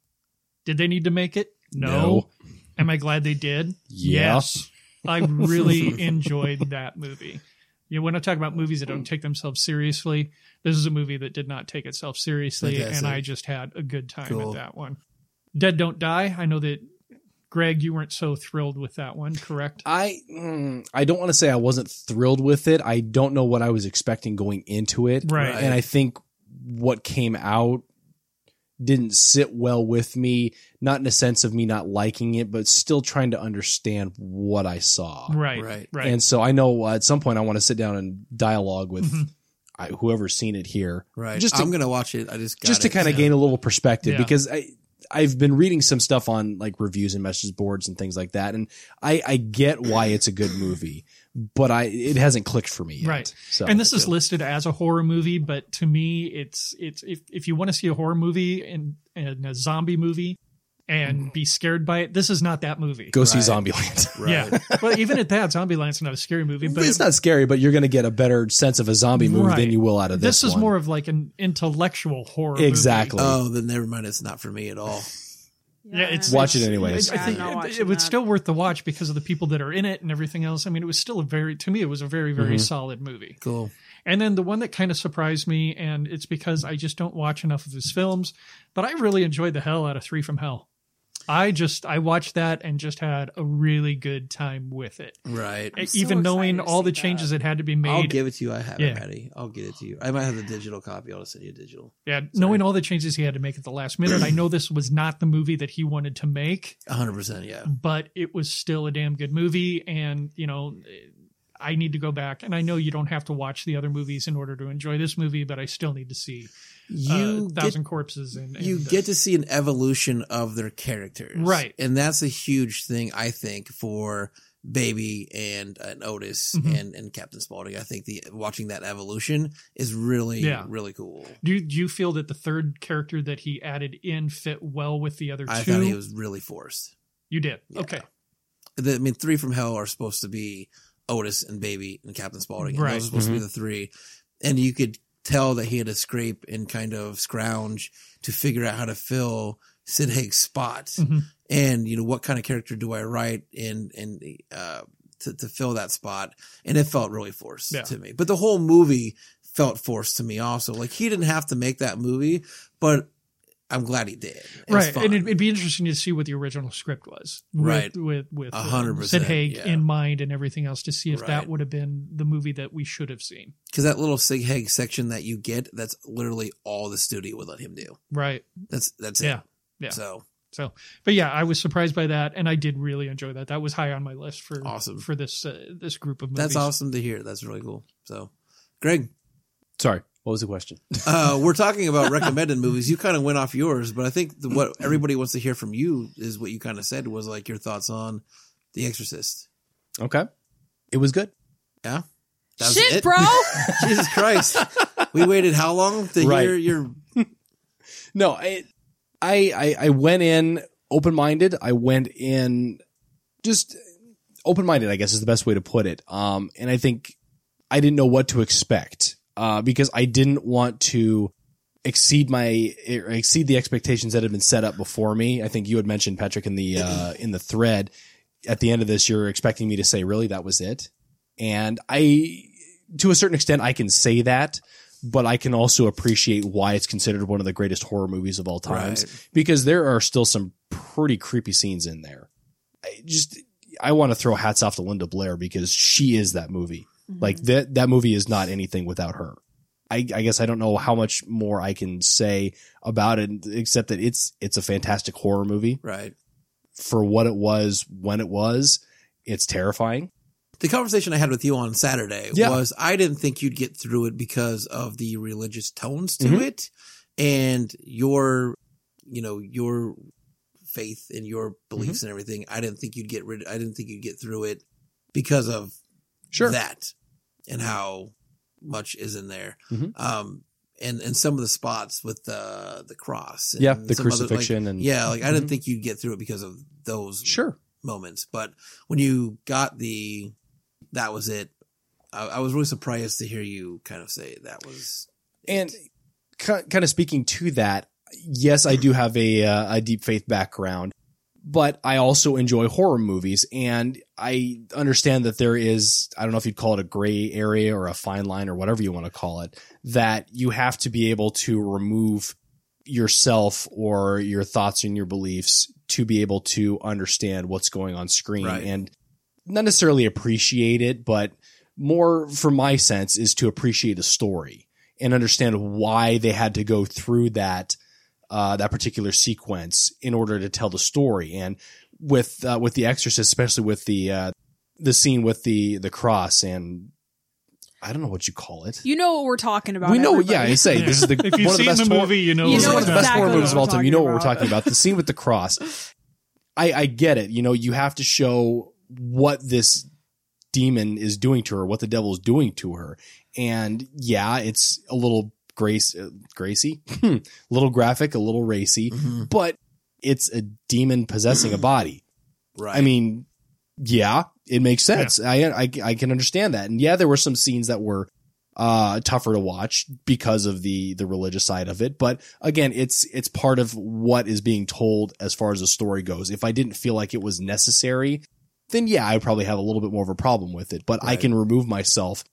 Did they need to make it? No. Am I glad they did? Yeah. Yes. I really enjoyed that movie. You know, when I talk about movies that don't take themselves seriously, this is a movie that did not take itself seriously, Fantastic. and I just had a good time Cool. at that one. Dead Don't Die. I know that Greg, you weren't so thrilled with that one, correct? I mm, I don't want to say I wasn't thrilled with it. I don't know what I was expecting going into it. Right. And I think what came out didn't sit well with me, not in a sense of me not liking it, but still trying to understand what I saw. Right. Right. Right. Right. Oh, And so I know uh, at some point I want to sit down and dialogue with Mhm. I, whoever's seen it here, Right. Just Just to- I'm gonna watch it. I just got just to it, kind of so- gain a little perspective Yeah. because I I've been reading some stuff on like reviews and message boards and things like that, and I I get why it's a good movie, but I it hasn't clicked for me yet. Right. So and this is listed as a horror movie, but to me, it's it's if, if you want to see a horror movie and, and a zombie movie and be scared by it, this is not that movie. go see Right. Zombieland. Right. Yeah, well, even at that, Zombieland's not a scary movie, but it's not scary, but you're going to get a better sense of a zombie movie Right. than you will out of this. this, is one. more of like an intellectual horror. movie. Exactly. Oh, then never mind. It's not for me at all. Yeah, it's Watch it it's- anyways. I Yeah, I'm think not it- it, watching was that. still worth the watch because of the people that are in it and everything else. I mean, it was still a very to me, it was a very very Mhm. solid movie. Cool. And then the one that kind of surprised me, and it's because I just don't watch enough of his films, but I really enjoyed the hell out of Three from Hell. I just I watched that and just had a really good time with it, Right. I'm so even knowing excited to all the see that. changes that had to be I'll made. give it to you. I have it Yeah. ready. I'll get it to you. I might have the digital copy. I'll just send you a digital. yeah, knowing all the changes he had to make at the last minute. I know this was not the movie that he wanted to make, 100. percent Yeah. but it was still a damn good movie and you know i need to go back and i know you don't have to watch the other movies in order to enjoy this movie but i still need to see You uh, get thousand corpses and, and you uh, get to see an evolution of their characters, Right. And that's a huge thing, I think, for Baby and, and Otis Mhm. and, and Captain Spaulding. I think the watching that evolution is really, Yeah. really cool. do, do you feel that the third character that he added in fit well with the other I two thought he was really forced. you did Yeah. okay The, I mean, three from Hell are supposed to be Otis and Baby and Captain Spaulding. And Right. those are supposed to be the three, and you could tell that he had to scrape and kind of scrounge to figure out how to fill Sid Haig's spot. Mhm. and you know what kind of character do I write and and uh, to to fill that spot, and it felt really forced Yeah. to me. But the whole movie felt forced to me also. Like he didn't have to make that movie, but I'm glad he did. It was right fun. and it'd, it'd be interesting to see what the original script was with- Right. with with, A uh, hundred sid percent, haig yeah. in mind and everything else to see if Right. that would have been the movie that we should have seen Because that little Sig Hag section that you get, that's literally all the studio would let him do. right That's that's yeah it. yeah. So So, but yeah, I was surprised by that, and I did really enjoy that. That was high on my list for Awesome. for this uh, this group of movies. that's awesome to hear. That's really cool. So, Greg, Sorry, what was the question? uh, we're talking about recommended movies. You kind of went off yours, but I think the, what everybody wants to hear from you is what you kind of said was like your thoughts on The Exorcist. Okay, it was good. That was Shit, it? bro. Jesus Christ! We waited how long to Right. hear your No, I, I, I, I went in open minded. I went in just open minded. I guess is the best way to put it. Um, and I think I didn't know what to expect uh, because I didn't want to exceed my er, exceed the expectations that had been set up before me. I think you had mentioned Patrick in the uh, in the thread at the end of this. You're expecting me to say, "Really, that was it?" And I, to a certain extent, I can say that, but I can also appreciate why it's considered one of the greatest horror movies of all times because there are still some pretty creepy scenes in there. I just I want to throw hats off to Linda Blair because she is that movie. Mm-hmm. Like that that movie is not anything without her. I, I guess I don't know how much more I can say about it except that it's it's a fantastic horror movie right. for what it was when it was. It's terrifying. The conversation I had with you on Saturday Yeah. was I didn't think you'd get through it because of the religious tones to Mhm. it and your, you know, your faith and your beliefs Mm-hmm. and everything. I didn't think you'd get rid. I didn't think you'd get through it because of that and how much is in there. Mhm. Um, and, and some of the spots with the the cross, and Yeah, the some other, like- crucifixion and yeah, like I didn't Mhm. think you'd get through it because of those sure. moments. But when you got the that was it, I, I was really surprised to hear you kind of say that was And kind of speaking to that, yes, I do have a uh, a deep faith background, but I also enjoy horror movies, and I understand that there is I don't know if you'd call it a gray area or a fine line or whatever you want to call it that you have to be able to remove yourself or your thoughts and your beliefs to be able to understand what's going on screen Right. and not necessarily appreciate it, but more for my sense is to appreciate a story and understand why they had to go through that uh, that particular sequence in order to tell the story. And with uh, with The Exorcist, especially with the uh, the scene with the the cross and I don't know what you call it. You know what we're talking about. we know, yeah. everybody. I say this is the if you've one of the seen best the, horror- movie, you know, you You know know one of the best exactly horror what movies of we're all time. You know what we're talking about. talking about. The scene with the cross. I, I get it. You know, you have to show what this demon is doing to her, what the devil's doing to her. And yeah, it's a little grace, uh, gracy, Hmm, a little graphic, a little racy, Mhm. but it's a demon possessing a body. Right. I mean, yeah, it makes sense. I, I I can understand that. And yeah, there were some scenes that were uh tougher to watch because of the the religious side of it, but again, it's it's part of what is being told as far as the story goes. If I didn't feel like it was necessary, then yeah, I would probably have a little bit more of a problem with it, but I Right. can remove myself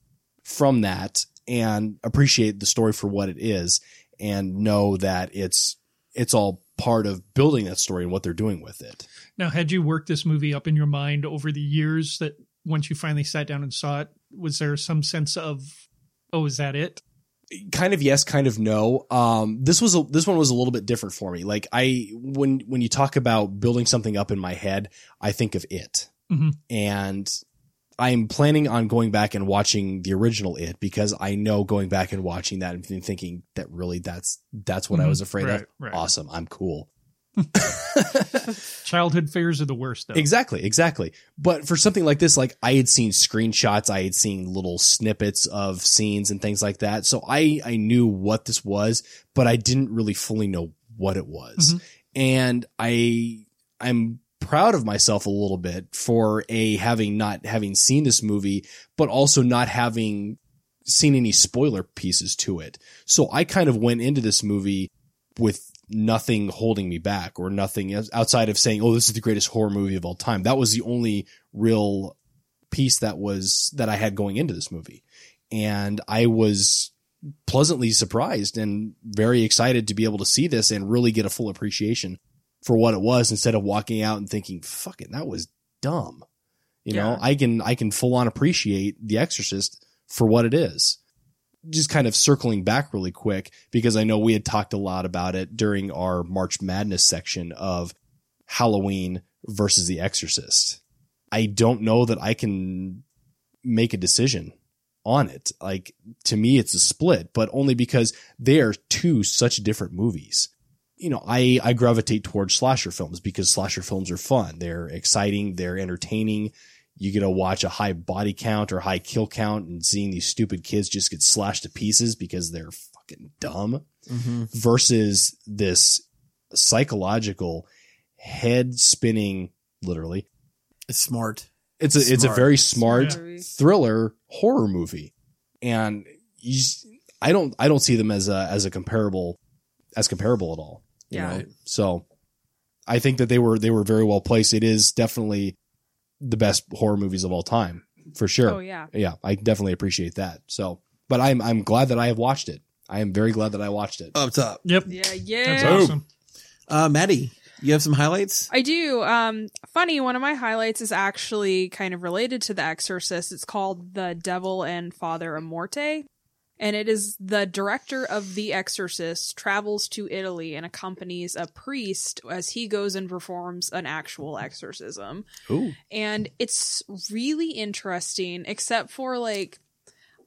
from that and appreciate the story for what it is and know that it's it's all part of building that story and what they're doing with it. Now, had you worked this movie up in your mind over the years that once you finally sat down and saw it, was there some sense of, oh, is that it? kind of yes, kind of no. Um, this was a, this one was a little bit different for me. Like I when when you talk about building something up in my head, I think of it, Mhm. and I'm planning on going back and watching the original It because I know going back and watching that and thinking that really that's that's what I Mhm. was afraid Right, of. right. Awesome, I'm cool. Childhood fears are the worst, though. Exactly, exactly. But for something like this, like I had seen screenshots, I had seen little snippets of scenes and things like that. So I I knew what this was, but I didn't really fully know what it was. Mhm. And I I'm proud of myself a little bit for a having not having seen this movie, but also not having seen any spoiler pieces to it. So I kind of went into this movie with nothing holding me back or nothing else- outside of saying, "Oh, this is the greatest horror movie of all time." That was the only real piece that was that I had going into this movie, and I was pleasantly surprised and very excited to be able to see this and really get a full appreciation for what it was instead of walking out and thinking, "Fuck it, that was dumb." You know, Yeah. I can I can full on appreciate The Exorcist for what it is just kind of circling back really quick because I know we had talked a lot about it during our March Madness section of Halloween versus The Exorcist. I don't know that I can make a decision on it. Like to me, it's a split, but only because they are two such different movies. You know, I, I gravitate towards slasher films because slasher films are fun. They're exciting. They're entertaining you get to watch a high body count or high kill count and seeing these stupid kids just get slashed to pieces because they're fucking dumb mm-hmm. Mhm. versus this psychological head spinning literally It's smart. it's a it's a Smart. very smart Yeah. thriller horror movie and you, s- i don't i don't see them as a as a comparable as comparable at all you Yeah. know so i think that they were they were very well placed it is definitely the best horror movies of all time for sure Oh yeah. yeah, I definitely appreciate that. So, but I'm I'm glad that I have watched it. I am very glad that I watched it. Up top. Yep. Yeah, yeah. That's awesome. Uh, Maddie, you have some highlights? I do. Um, funny, one of my highlights is actually kind of related to The Exorcist. It's called The Devil and Father Amorte. And it is the director of The Exorcist travels to Italy and accompanies a priest as he goes and performs an actual exorcism Ooh, and it's really interesting except for like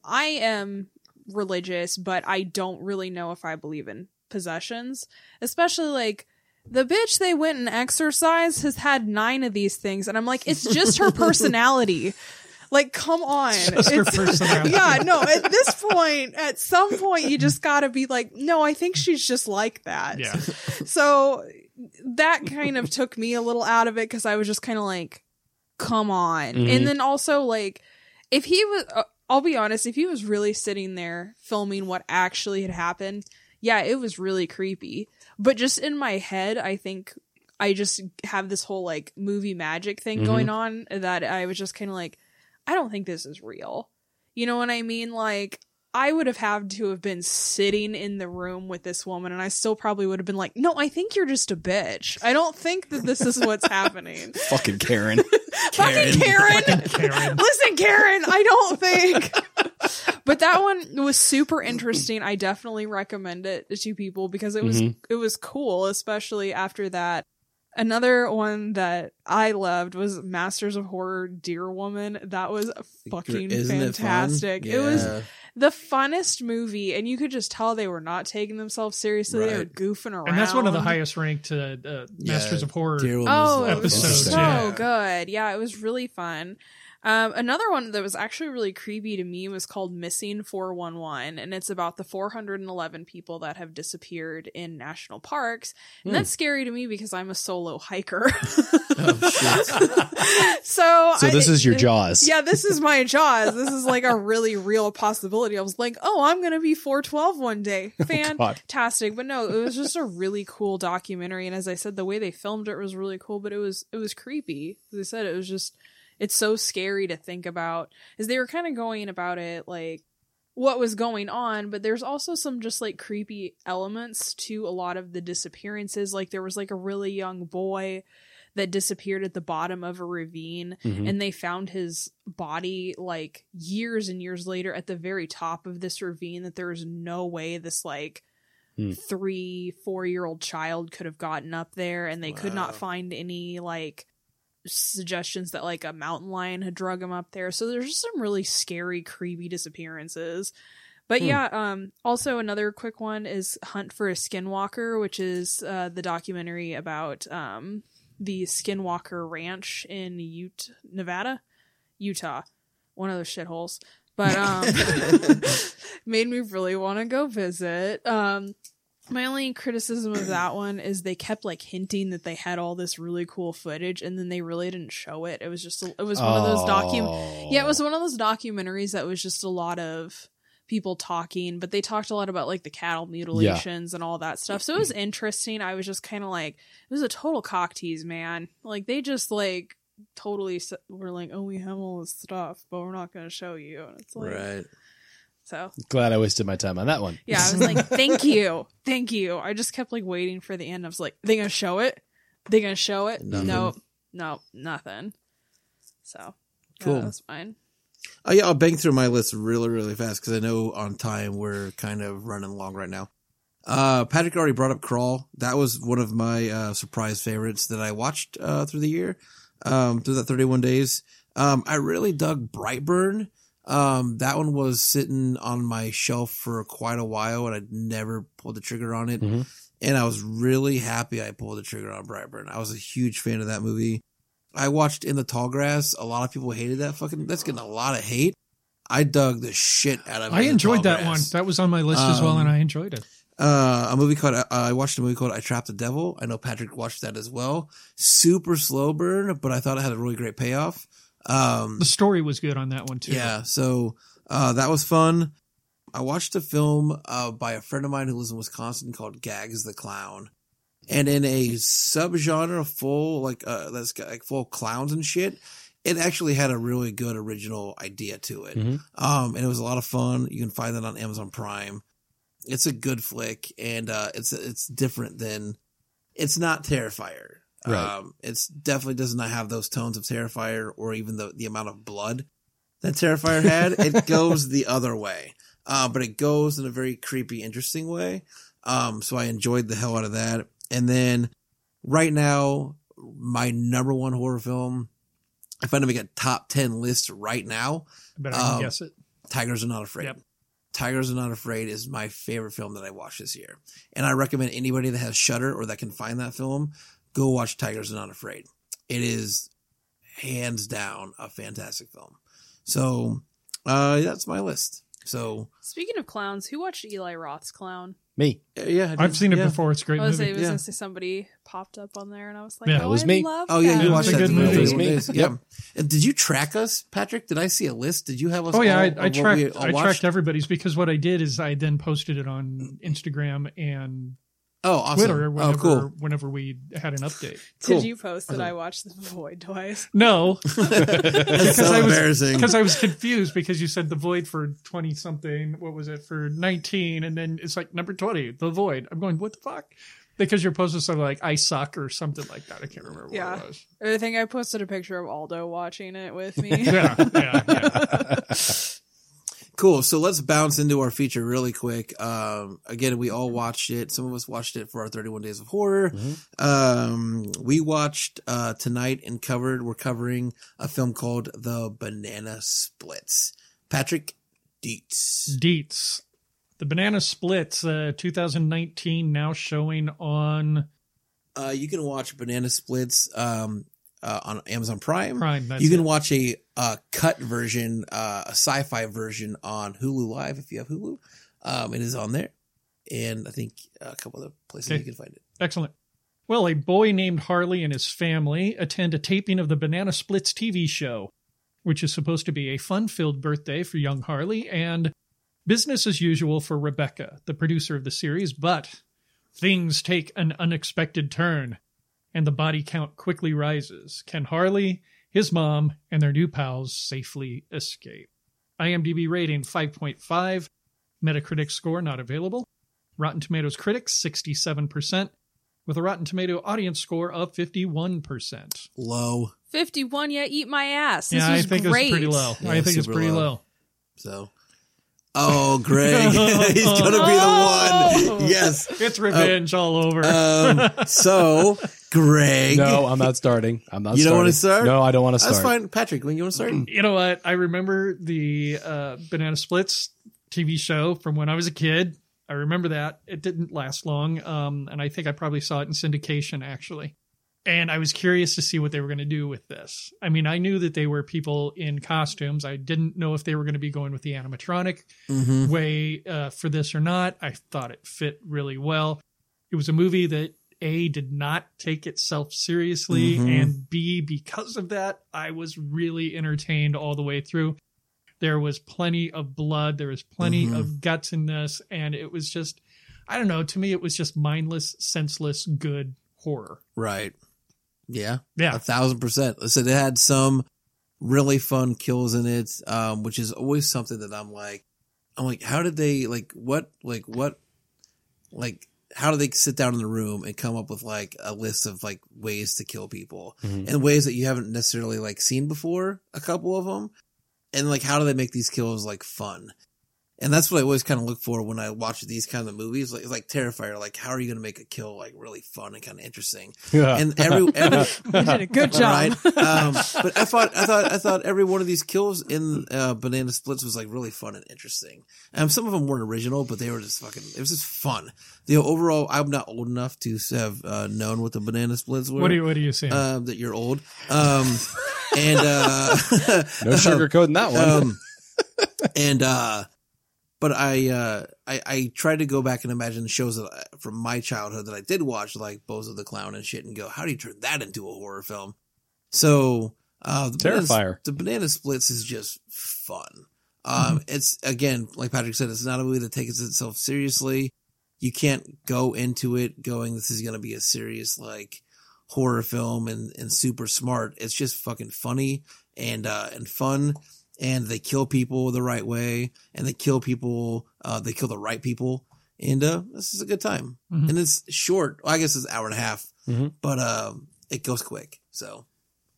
i am religious but i don't really know if i believe in possessions especially like the bitch they went and exercised has had nine of these things and i'm like it's just her personality like come on That's her It's- personality. yeah, no, at this point, at some point, you just gotta be like, no, I think she's just like that. Yeah. So that kind of took me a little out of it because I was just kind of like, come on. Mhm. And then also, like, if he was, uh, I'll be honest, if he was really sitting there filming what actually had happened, yeah, it was really creepy. But just in my head, I think I just have this whole like movie magic thing Mhm. going on that I was just kind of like, I don't think this is real. You know what I mean? Like, I would have had to have been sitting in the room with this woman, and I still probably would have been like, "No, I think you're just a bitch. I don't think that this is what's happening." fucking Karen. Fucking Karen. Karen. Listen, Karen, I don't think. But that one was super interesting. I definitely recommend it to people because it was Mhm. Mm-hmm. it was cool, especially after that. Another one that I loved was Masters of Horror Dear Woman. That was fucking Isn't it fun? fantastic. It, was Yeah. the funnest movie, and you could just tell they were not taking themselves seriously. They were Right. goofing around. and that's one of the highest ranked uh, uh, Masters of Horror. Dear Woman was Oh, the it was best. episodes, so yeah. good. Yeah, it was really fun. Um, another one that was actually really creepy to me was called Missing 411, and it's about the 411 people that have disappeared in national parks. Hmm. And that's scary to me because I'm a solo hiker. so, Oh, So this I- is your Jaws. yeah, this is my Jaws. This is like a really real possibility. I was like, oh, I'm going to be 412 one day. Oh, Fantastic. but no, it was just a really cool documentary. And as I said, the way they filmed it was really cool, but it was, it was creepy. As I said, it was just, it's so scary to think about is they were kind of going about it like what was going on but there's also some just like creepy elements to a lot of the disappearances like there was like a really young boy that disappeared at the bottom of a ravine Mhm. and they found his body like years and years later at the very top of this ravine that there was no way this like Hmm. three four year old child could have gotten up there and they could Wow. not find any like suggestions that like a mountain lion had drug him up there so there's just some really scary creepy disappearances but Hmm. yeah um also another quick one is hunt for a skinwalker which is uh the documentary about um the Skinwalker Ranch in Ute, Nevada, Utah, one of those shitholes. But um, made me really want to go visit. Um, my only criticism of that one is they kept like hinting that they had all this really cool footage, and then they really didn't show it. It was just it was one of those docu. Oh. Yeah, it was one of those documentaries that was just a lot of people talking, but they talked a lot about like the cattle mutilations and all that stuff. So it was Mm-hmm. interesting. I was just kind of like, it was a total cock tease, man. Like they just like totally s- were like, oh, we have all this stuff, but we're not going to show you. And it's like, Right. so Glad I wasted my time on that one. yeah, I was like, thank you, thank you. I just kept like waiting for the end. I was like, they gonna show it? They gonna show it? Nothing. No, no, nothing. So yeah, Cool. that's fine. Oh yeah, I'll bang through my list really, really fast because I know on time we're kind of running long right now. Uh, Patrick already brought up Crawl. That was one of my uh, surprise favorites that I watched uh, through the year, um, through that 31 days. Um, I really dug Brightburn. Um, that one was sitting on my shelf for quite a while, and I'd never pulled the trigger on it. Mm-hmm. Mhm. And I was really happy I pulled the trigger on Brightburn. I was a huge fan of that movie. I watched In the Tall Grass. A lot of people hated that fucking. That's getting a lot of hate. I dug the shit out of. I In the enjoyed Tall that one. Grass. That was on my list as well, and Um, I enjoyed it. Uh, a movie called uh, I watched a movie called I Trapped the Devil. I know Patrick watched that as well. Super slow burn, but I thought it had a really great payoff. Um, The story was good on that one too. yeah, so uh, that was fun. I watched a film uh, by a friend of mine who lives in Wisconsin called Gags the Clown, and in a subgenre full like uh, that's got like full clowns and shit. It actually had a really good original idea to it, Mhm. um, and it was a lot of fun. You can find that on Amazon Prime. It's a good flick, and uh, it's it's different than it's not Terrifier. Right. Um, it's definitely does not have those tones of Terrifier or even the the amount of blood that Terrifier had. it goes the other way, uh, but it goes in a very creepy, interesting way. Um, so I enjoyed the hell out of that. And then right now, my number one horror film, if I had to make a top ten list right now, I bet I um, can guess it. Tigers Are Not Afraid. Yep. Tigers Are Not Afraid is my favorite film that I watched this year. And I recommend anybody that has Shudder or that can find that film, go watch Tigers Are Not Afraid. It is hands down a fantastic film. So uh, that's my list. So Speaking of clowns, who watched Eli Roth's Clown? Me. uh, yeah, I I've did- seen it yeah. before. It's a great I was, movie. I was yeah. gonna say somebody popped up on there, and I was like, Yeah. oh, That was I me. love Oh yeah, that. you It was watched a that. good movie. movie. It was me. Yep. Yep. And did you track us, Patrick? Did I see a list? Did you have us? Oh yeah, all I, of I what we tracked all I watched? tracked everybody's because what I did is I then posted it on Instagram and Oh, awesome. Twitter oh, whenever cool. whenever we had an update. Cool. Did you post that I watched The Void twice? No, That's so I was- embarrassing. because I was confused because you said the void for twenty something. What was it for nineteen? And then it's like number twenty, the void. I'm going, what the fuck? Because your post was something like I suck or something like that. I can't remember what Yeah. it was. Or I think I posted a picture of Aldo watching it with me. Yeah, yeah, yeah. Cool. So let's bounce into our feature really quick. Um, again, we all watched it. Some of us watched it for our 31 Days of Horror. Um, we watched uh, tonight and covered. We're covering a film called The Banana Splits. Patrick Dietz. Deets. The Banana Splits, uh, 2019, now showing on Uh, you can watch Banana Splits um, uh, on Amazon Prime. Prime. That's you can it. watch a uh, cut version, uh, a sci-fi version on Hulu Live if you have Hulu. Um, it is on there, and I think a couple other places Okay. you can find it. Excellent. Well, a boy named Harley and his family attend a taping of the Banana Splits TV show, which is supposed to be a fun filled birthday for young Harley and business as usual for Rebecca, the producer of the series. But things take an unexpected turn and the body count quickly rises. Can Harley, his mom, and their new pals safely escape? IMDb rating 5.5, Metacritic score not available. Rotten Tomatoes critics 67%, with a Rotten Tomato audience score of 51%. Low, 51, yeah, eat my ass. This yeah, I was think great. it's pretty low. Yeah, I think it's super pretty low. low. so. Oh, Greg, he's gonna be the one. Yes. It's revenge all over. Uh, Um, so, Greg, No, I'm not starting. I'm not. You don't wanna starting. start? No, I don't want to start. that's fine. Patrick, when you want to start? you know what? I remember the uh, Banana Splits TV show from when I was a kid. I remember that. It didn't last long. Um, and I think I probably saw it in syndication, actually. And I was curious to see what they were going to do with this. I mean, I knew that they were people in costumes. I didn't know if they were going to be going with the animatronic Mm-hmm. way uh, for this or not. I thought it fit really well. It was a movie that a did not take itself seriously, Mhm. and b because of that, I was really entertained all the way through. There was plenty of blood, there was plenty Mhm. of guts in this, and it was just, I don't know. To me, it was just mindless, senseless, good horror. Right. Yeah. Yeah, A thousand percent. So it had some really fun kills in it, um, which is always something that I'm like, I'm like, how did they like what like what like how do they sit down in the room and come up with like a list of like ways to kill people Mhm. in ways that you haven't necessarily like seen before? A couple of them, and like how do they make these kills like fun? And that's what I always kind of look for when I watch these kind of movies, like like Terrifier. Like, how are you going to make a kill like really fun and kind of interesting? And every, every You did a good job. Right? Um, but I thought I thought I thought every one of these kills in uh, Banana Splits was like really fun and interesting. Um, some of them weren't original, but they were just fucking. It was just fun. The overall, I'm not old enough to have uh, known what the Banana Splits were. what do you what do you saying? um, that you're old. Um, and uh, no sugarcoating that one. um, and uh, but I, uh, I I tried to go back and imagine the shows that I, from my childhood that I did watch, like Bozo the Clown and shit, and go, how do you turn that into a horror film? So uh, the Banana- Terrifier. the Banana Splits is just fun. Um, it's again, like Patrick said, it's not a movie that takes itself seriously. You can't go into it going, this is going to be a serious like horror film and, and super smart. It's just fucking funny and, uh, and fun. And they kill people the right way and they kill people, uh, they kill the right people. And, uh, this is a good time. Mhm. And it's short. Well, I guess it's an hour and a half, Mhm. but, um, it goes quick. So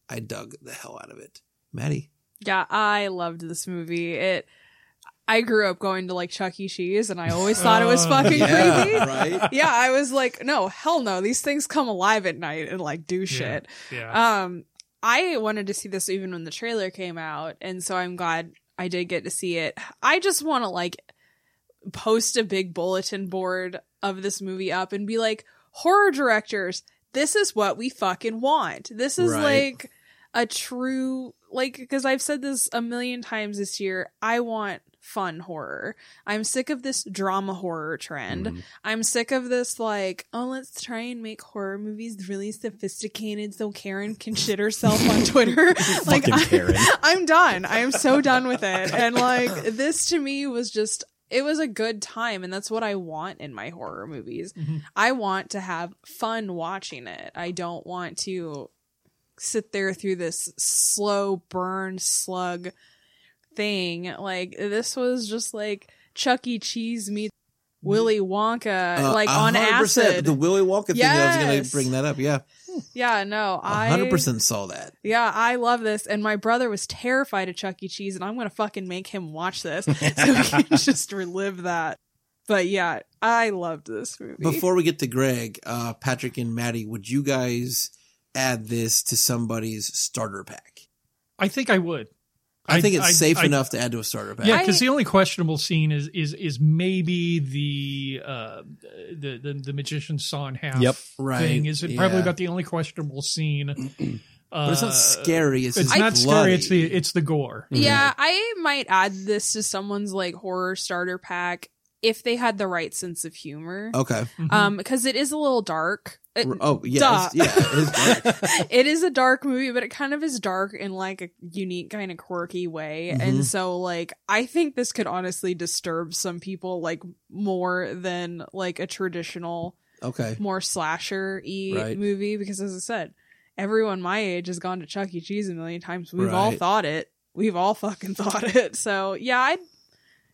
I dug the hell out of it. Maddie. Yeah, I loved this movie. It. I grew up going to like Chuck E. Cheese, and I always thought it was Oh, fucking yeah, creepy. right? Yeah, I was like, no, hell no. These things come alive at night and like do shit. yeah, Um, I wanted to see this even when the trailer came out, and so I'm glad I did get to see it. I just want to like post a big bulletin board of this movie up and be like, horror directors, this is what we fucking want. This is Right. like a true like because I've said this a million times this year. I want fun horror. I'm sick of this drama horror trend. Mm. Mhm. I'm sick of this, like, oh, let's try and make horror movies really sophisticated so Karen can shit herself on Twitter. like, Fucking Karen. I'm, I'm done. I am so done with it. And, like, this to me was just, it was a good time. And that's what I want in my horror movies. Mhm. I want to have fun watching it. I don't want to sit there through this slow burn slug thing. Like, this was just like Chuck E. Cheese meets. Willy Wonka, Uh, like on 100%. acid. The Willy Wonka thing. I was going Yes. to bring that up. Yeah, Yeah, no, I 100% saw that. Yeah, I love this. And my brother was terrified of Chuck E. Cheese, and I'm going to fucking make him watch this so he can just relive that. But yeah, I loved this movie. Before we get to Greg, uh, Patrick and Maddie, would you guys add this to somebody's starter pack? I think I would. I think it's I'd- safe I'd- enough to add to a starter pack. Yeah, I- because the only questionable scene is is is maybe the uh, the, the the magician's saw in half Yep. Right, thing. Is it probably yeah. about the only questionable scene? Uh, But it's not scary. Uh, It's, It's just not bloody. scary. It's the it's the gore. Yeah, I might add this to someone's like horror starter pack if they had the right sense of humor. okay. Um, because it is a little dark. It- Oh yeah, it's- Uh, Duh. yeah. It is black. it is a dark movie, but it kind of is dark in like a unique kind of quirky way. And so like I think this could honestly disturb some people like more than like a traditional Okay. more slasher y Right. movie because as I said, everyone my age has gone to Chuck E. Cheese a million times. We've all Right. thought it. We've all fucking thought it. So yeah, I'd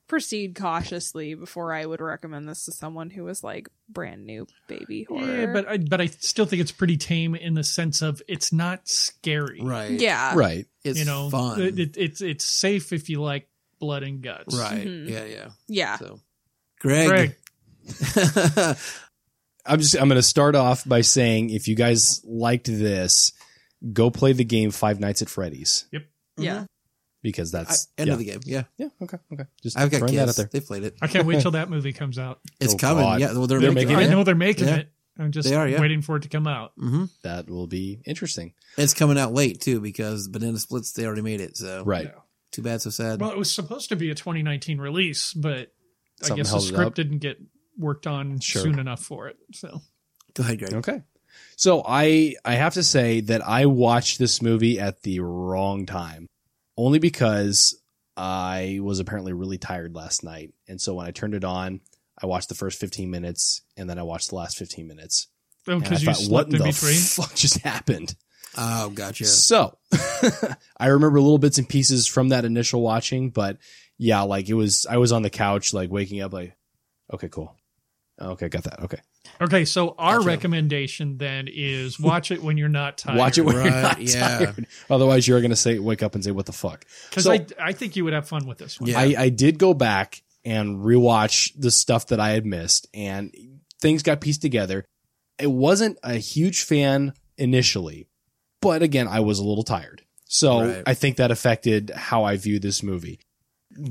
proceed cautiously before I would recommend this to someone who was like brand new baby horror. Yeah, but I, but I still think it's pretty tame in the sense of it's not scary. Right. yeah. right. It's you know, fun. It, it- it's it's safe if you like blood and guts. right. Mhm. Yeah. Yeah. Yeah. So, Greg, Greg. I'm just I'm going to start off by saying if you guys liked this, go play the game Five Nights at Freddy's Yeah. because I, that's end yeah. of the game. Yeah. yeah okay okay just I've got throwing that out kids. there. They played it. I can't wait till that movie comes out. It's Oh, coming. God. Yeah. Well, they're, They're making making I it. know they're making Yeah. it. I'm just They are, yeah. waiting for it to come out. Mm-hmm. That will be interesting. It's coming out late too because Banana Splits they already made it. So Right. Yeah. Too bad. So sad. Well, it was supposed to be a 2019 release, but I Something guess the held it script up. didn't get worked on Sure. soon enough for it. So Go ahead, Greg. Okay. So I I have to say that I watched this movie at the wrong time. Only because I was apparently really tired last night. And so when I turned it on, I watched the first 15 minutes and then I watched the last 15 minutes. And I because Oh, you thought, what slept the in between. fuck just happened? Oh, gotcha. So I remember little bits and pieces from that initial watching, but yeah, like it was, I was on the couch, like waking up, like, okay, cool. Okay, got that. Okay. okay, so our Gotcha. recommendation then is watch it when you're not tired. Watch it when you're Right, not yeah. tired. Otherwise, you're going to say, wake up and say, what the fuck? because So- I I think you would have fun with this one. Yeah. I, I did go back and rewatch the stuff that I had missed, and things got pieced together. I wasn't a huge fan initially, but again, I was a little tired. So Right. I think that affected how I viewed this movie.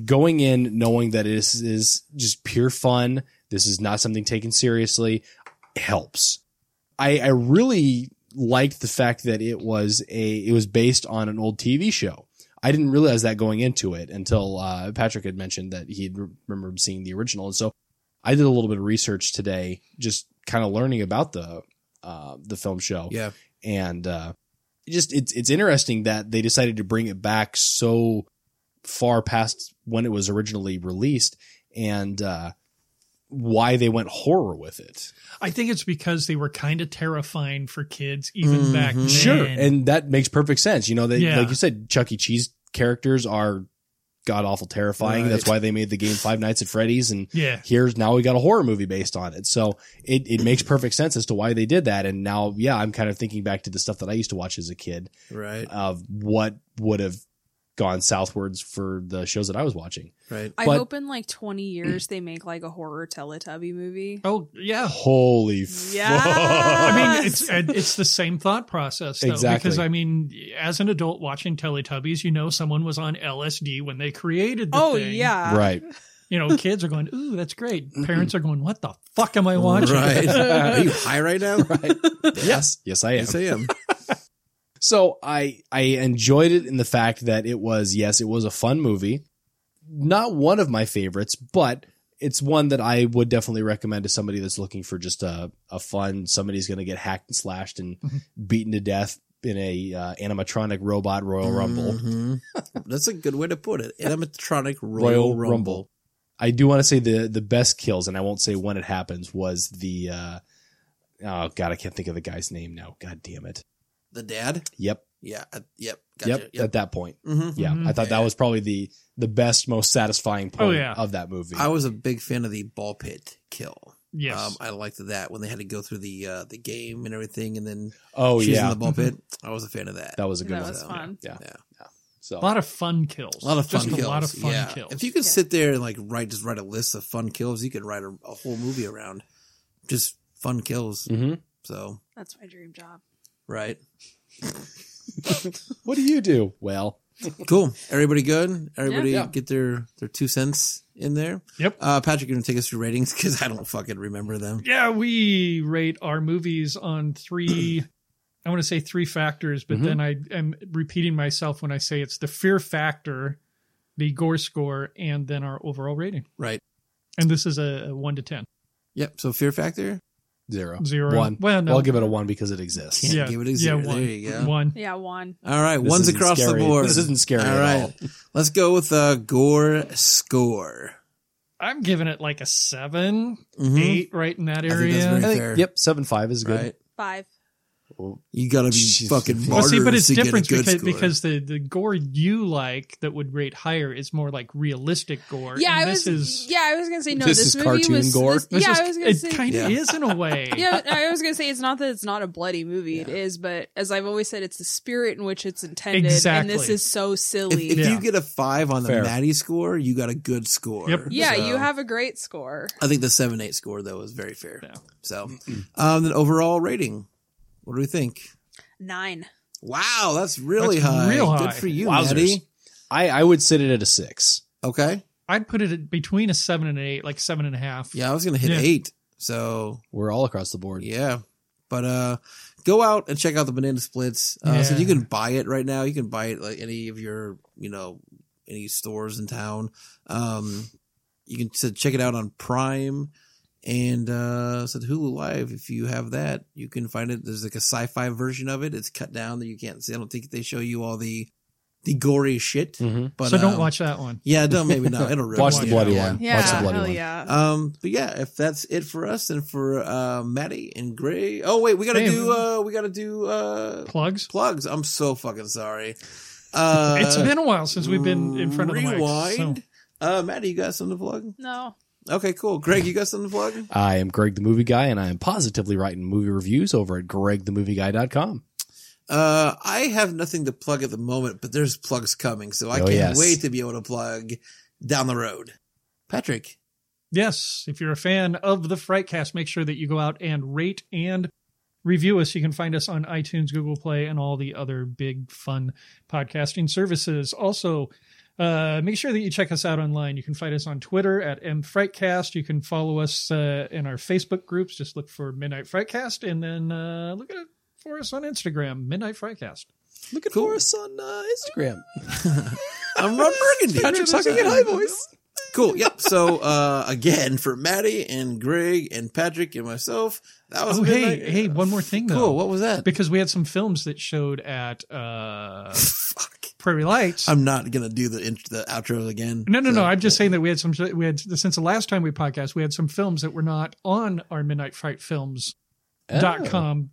Going in knowing that this is just pure fun, this is not something taken seriously, helps. I, I really liked the fact that it was a it was based on an old TV show. I didn't realize that going into it until uh, Patrick had mentioned that he would remembered seeing the original, and so I did a little bit of research today, just kind of learning about the uh, the film show, Yeah. and uh, it just it's it's interesting that they decided to bring it back so far past when it was originally released, and uh, why they went horror with it. I think it's because they were kind of terrifying for kids even back Mhm. then. Mm-hmm. Sure, and that makes perfect sense. You know, they Yeah. like you said, Chuck E. Cheese characters are god awful terrifying. Right. That's why they made the game Five Nights at Freddy's, and yeah, here's now we got a horror movie based on it. So it it makes perfect sense as to why they did that. And now, yeah, I'm kind of thinking back to the stuff that I used to watch as a kid Right. of what would have gone southwards for the shows that I was watching. Right. I But- hope in like 20 years they make like a horror Teletubby movie. oh yeah. Holy Yeah. fuck! I mean, it's it's the same thought process, though, Ah. Exactly. because I mean, as an adult watching Teletubbies, you know someone was on LSD when they created the oh, thing. yeah. right. You know, kids are going, "Ooh, that's great." Parents are going, "What the fuck am I watching?" Mm-hmm. Right. Are you high right now? Right. Yes. Yes, I am. Yes, I am. So I I enjoyed it in the fact that it was yes, it was a fun movie. Not one of my favorites, but it's one that I would definitely recommend to somebody that's looking for just a a fun somebody's going to get hacked and slashed and Mhm. beaten to death in a uh, animatronic robot Royal Rumble. Mhm. That's a good way to put it. Animatronic Royal, Royal Rumble. Rumble. I do want to say the the best kills and I won't say when it happens was the uh oh god, I can't think of the guy's name now. God damn it. The dad. Yep. Yeah. I- Yep. Gotcha. Yep, at that point. hmm Yeah, Mhm. I thought that was probably the the best, most satisfying Oh, point yeah. of that movie. I was a big fan of the ball pit kill. Yes. Um, I liked that when they had to go through the uh, the game and everything, and then Oh she's in yeah, Mm-hmm. the bump pit. I was a fan of that. that was a good That one. was fun. Yeah. Yeah. a So lot of fun kills. A lot of fun Just kills. A lot of fun yeah. kills. If you could Yeah. sit there and like write just write a list of fun kills, you could write a, a whole movie around just fun kills. Mhm. So That's my dream job. right, What do you do? Well, cool. Everybody good. Everybody Yeah. get their their two cents in there. Yep. Uh, Patrick, you're gonna take us through ratings because I don't fucking remember them. yeah, we rate our movies on three. I want to say three factors, but Mhm. Mm-hmm. then I am repeating myself when I say it's the fear factor, the gore score, and then our overall rating. Right. And this is a a one to ten. Yep. So Fear Factor. zero. Zero. One. Well, no. I'll give it a one because it exists. Yeah, Oh, give it a zero. There one. you go. One. Yeah, one. All right, This one's isn't across scary. the board. This isn't scary All at right. all. Let's go with uh, gore score. I'm giving it like a 7 Mhm. eight, right in that think that's I area. very- think, Fair. yep, seven five is good. Right. Five. You gotta be Jesus. fucking Well, Well, martyrs see, but it's to get a different good because score. because the the gore you like that would rate higher is more like realistic gore. Yeah, and I this was. is yeah, I was gonna say no. This This, is movie cartoon was, gore? this- this yeah, is- I was gonna it say. kind of Yeah. is in a way. yeah, I was gonna say it's not that it's not a bloody movie. It is, but as I've always said, it's the spirit in which it's intended, and this Exactly. is so if, silly. if Yeah. you get a five on the Fair. Maddie score, you got a good score. Yep. yeah, So, you have a great score. I think the seven eight score though is very fair. Yeah. So, um, then overall rating. What do we think? Nine. Wow, that's really That's high. real Good high. for you, Wowzers. Maddie. I I would sit it at a six. Okay. I'd put it at between a seven and an eight, like seven and a half. Yeah, I was gonna hit Yeah. eight. So We're all across the board. Yeah. But uh go out and check out the banana splits. Uh, so Yeah. you can buy it right now. You can buy it like any of your, you know, any stores in town. Um you can so check it out on Prime and uh so Hulu Live if you have that. You can find it. There's like a sci-fi version of it. It's cut down that you can't see. I don't think they show you all the the gory shit. Mhm. But Hmm. so don't um, watch that one. Yeah, don't maybe not. It'll ruin Watch it. the bloody Yeah. one. Yeah, Watch the bloody hell one. yeah. Um, but yeah, if that's it for us and for uh Maddie and Gray. Oh wait, we gotta Hey. do uh we gotta do uh Plugs. plugs. I'm so fucking sorry. Uh it's been a while since we've been in front of rewind. the mic. So. Uh Maddie, you got something to plug? No. Okay, cool. Greg, you got something to plug? I am Greg the Movie Guy, and I am positively writing movie reviews over at gregthemovieguy.com. Uh I have nothing to plug at the moment, but there's plugs coming, so I Oh, can't yes. wait to be able to plug down the road. Patrick. Yes, if you're a fan of the Frightcast, make sure that you go out and rate and review us. You can find us on iTunes, Google Play, and all the other big fun podcasting services. Also, uh, make sure that you check us out online. You can find us on Twitter at mfrightcast. You can follow us uh, in our Facebook groups. Just look for Midnight Frightcast, and then uh, look at it for us on Instagram, Midnight Frightcast. Looking Cool. for us on uh, Instagram. I'm Ron Burgundy. Patrick talking in high voice. Cool. Yep. So uh, again, for Maddie and Greg and Patrick and myself, that was. Oh, hey, Midnight- hey, one more thing though. Cool. What was that? Because we had some films that showed at uh, Fuck. Prairie Lights. I'm not gonna do the int- the outro again. No, no, So- no. I'm just saying that we had some. We had since the last time we podcast, we had some films that were not on our Midnight Fright Films dot com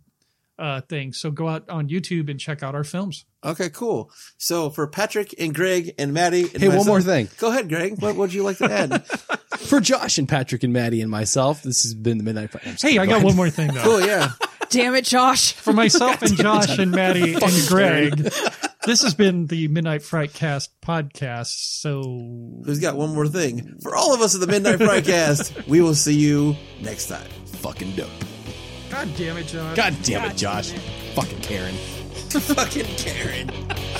uh, thing. So go out on YouTube and check out our films. Okay. Cool. So for Patrick and Greg and Maddie. And Hey, one myself- more thing. Go ahead, Greg. What would you like to add? For Josh and Patrick and Maddie and myself, this has been the Midnight Friday. I'm just Hey, kidding. I Go got ahead. one more thing though. cool. Yeah. Damn it, Josh. For myself and Josh and Maddie and Greg, this has been the Midnight Fright Cast podcast. So Who's got one more thing for all of us at the Midnight Broadcast? We will see you next time. Fucking dope. God damn it, Josh. God damn it, Josh. Fucking Karen. Fucking Karen.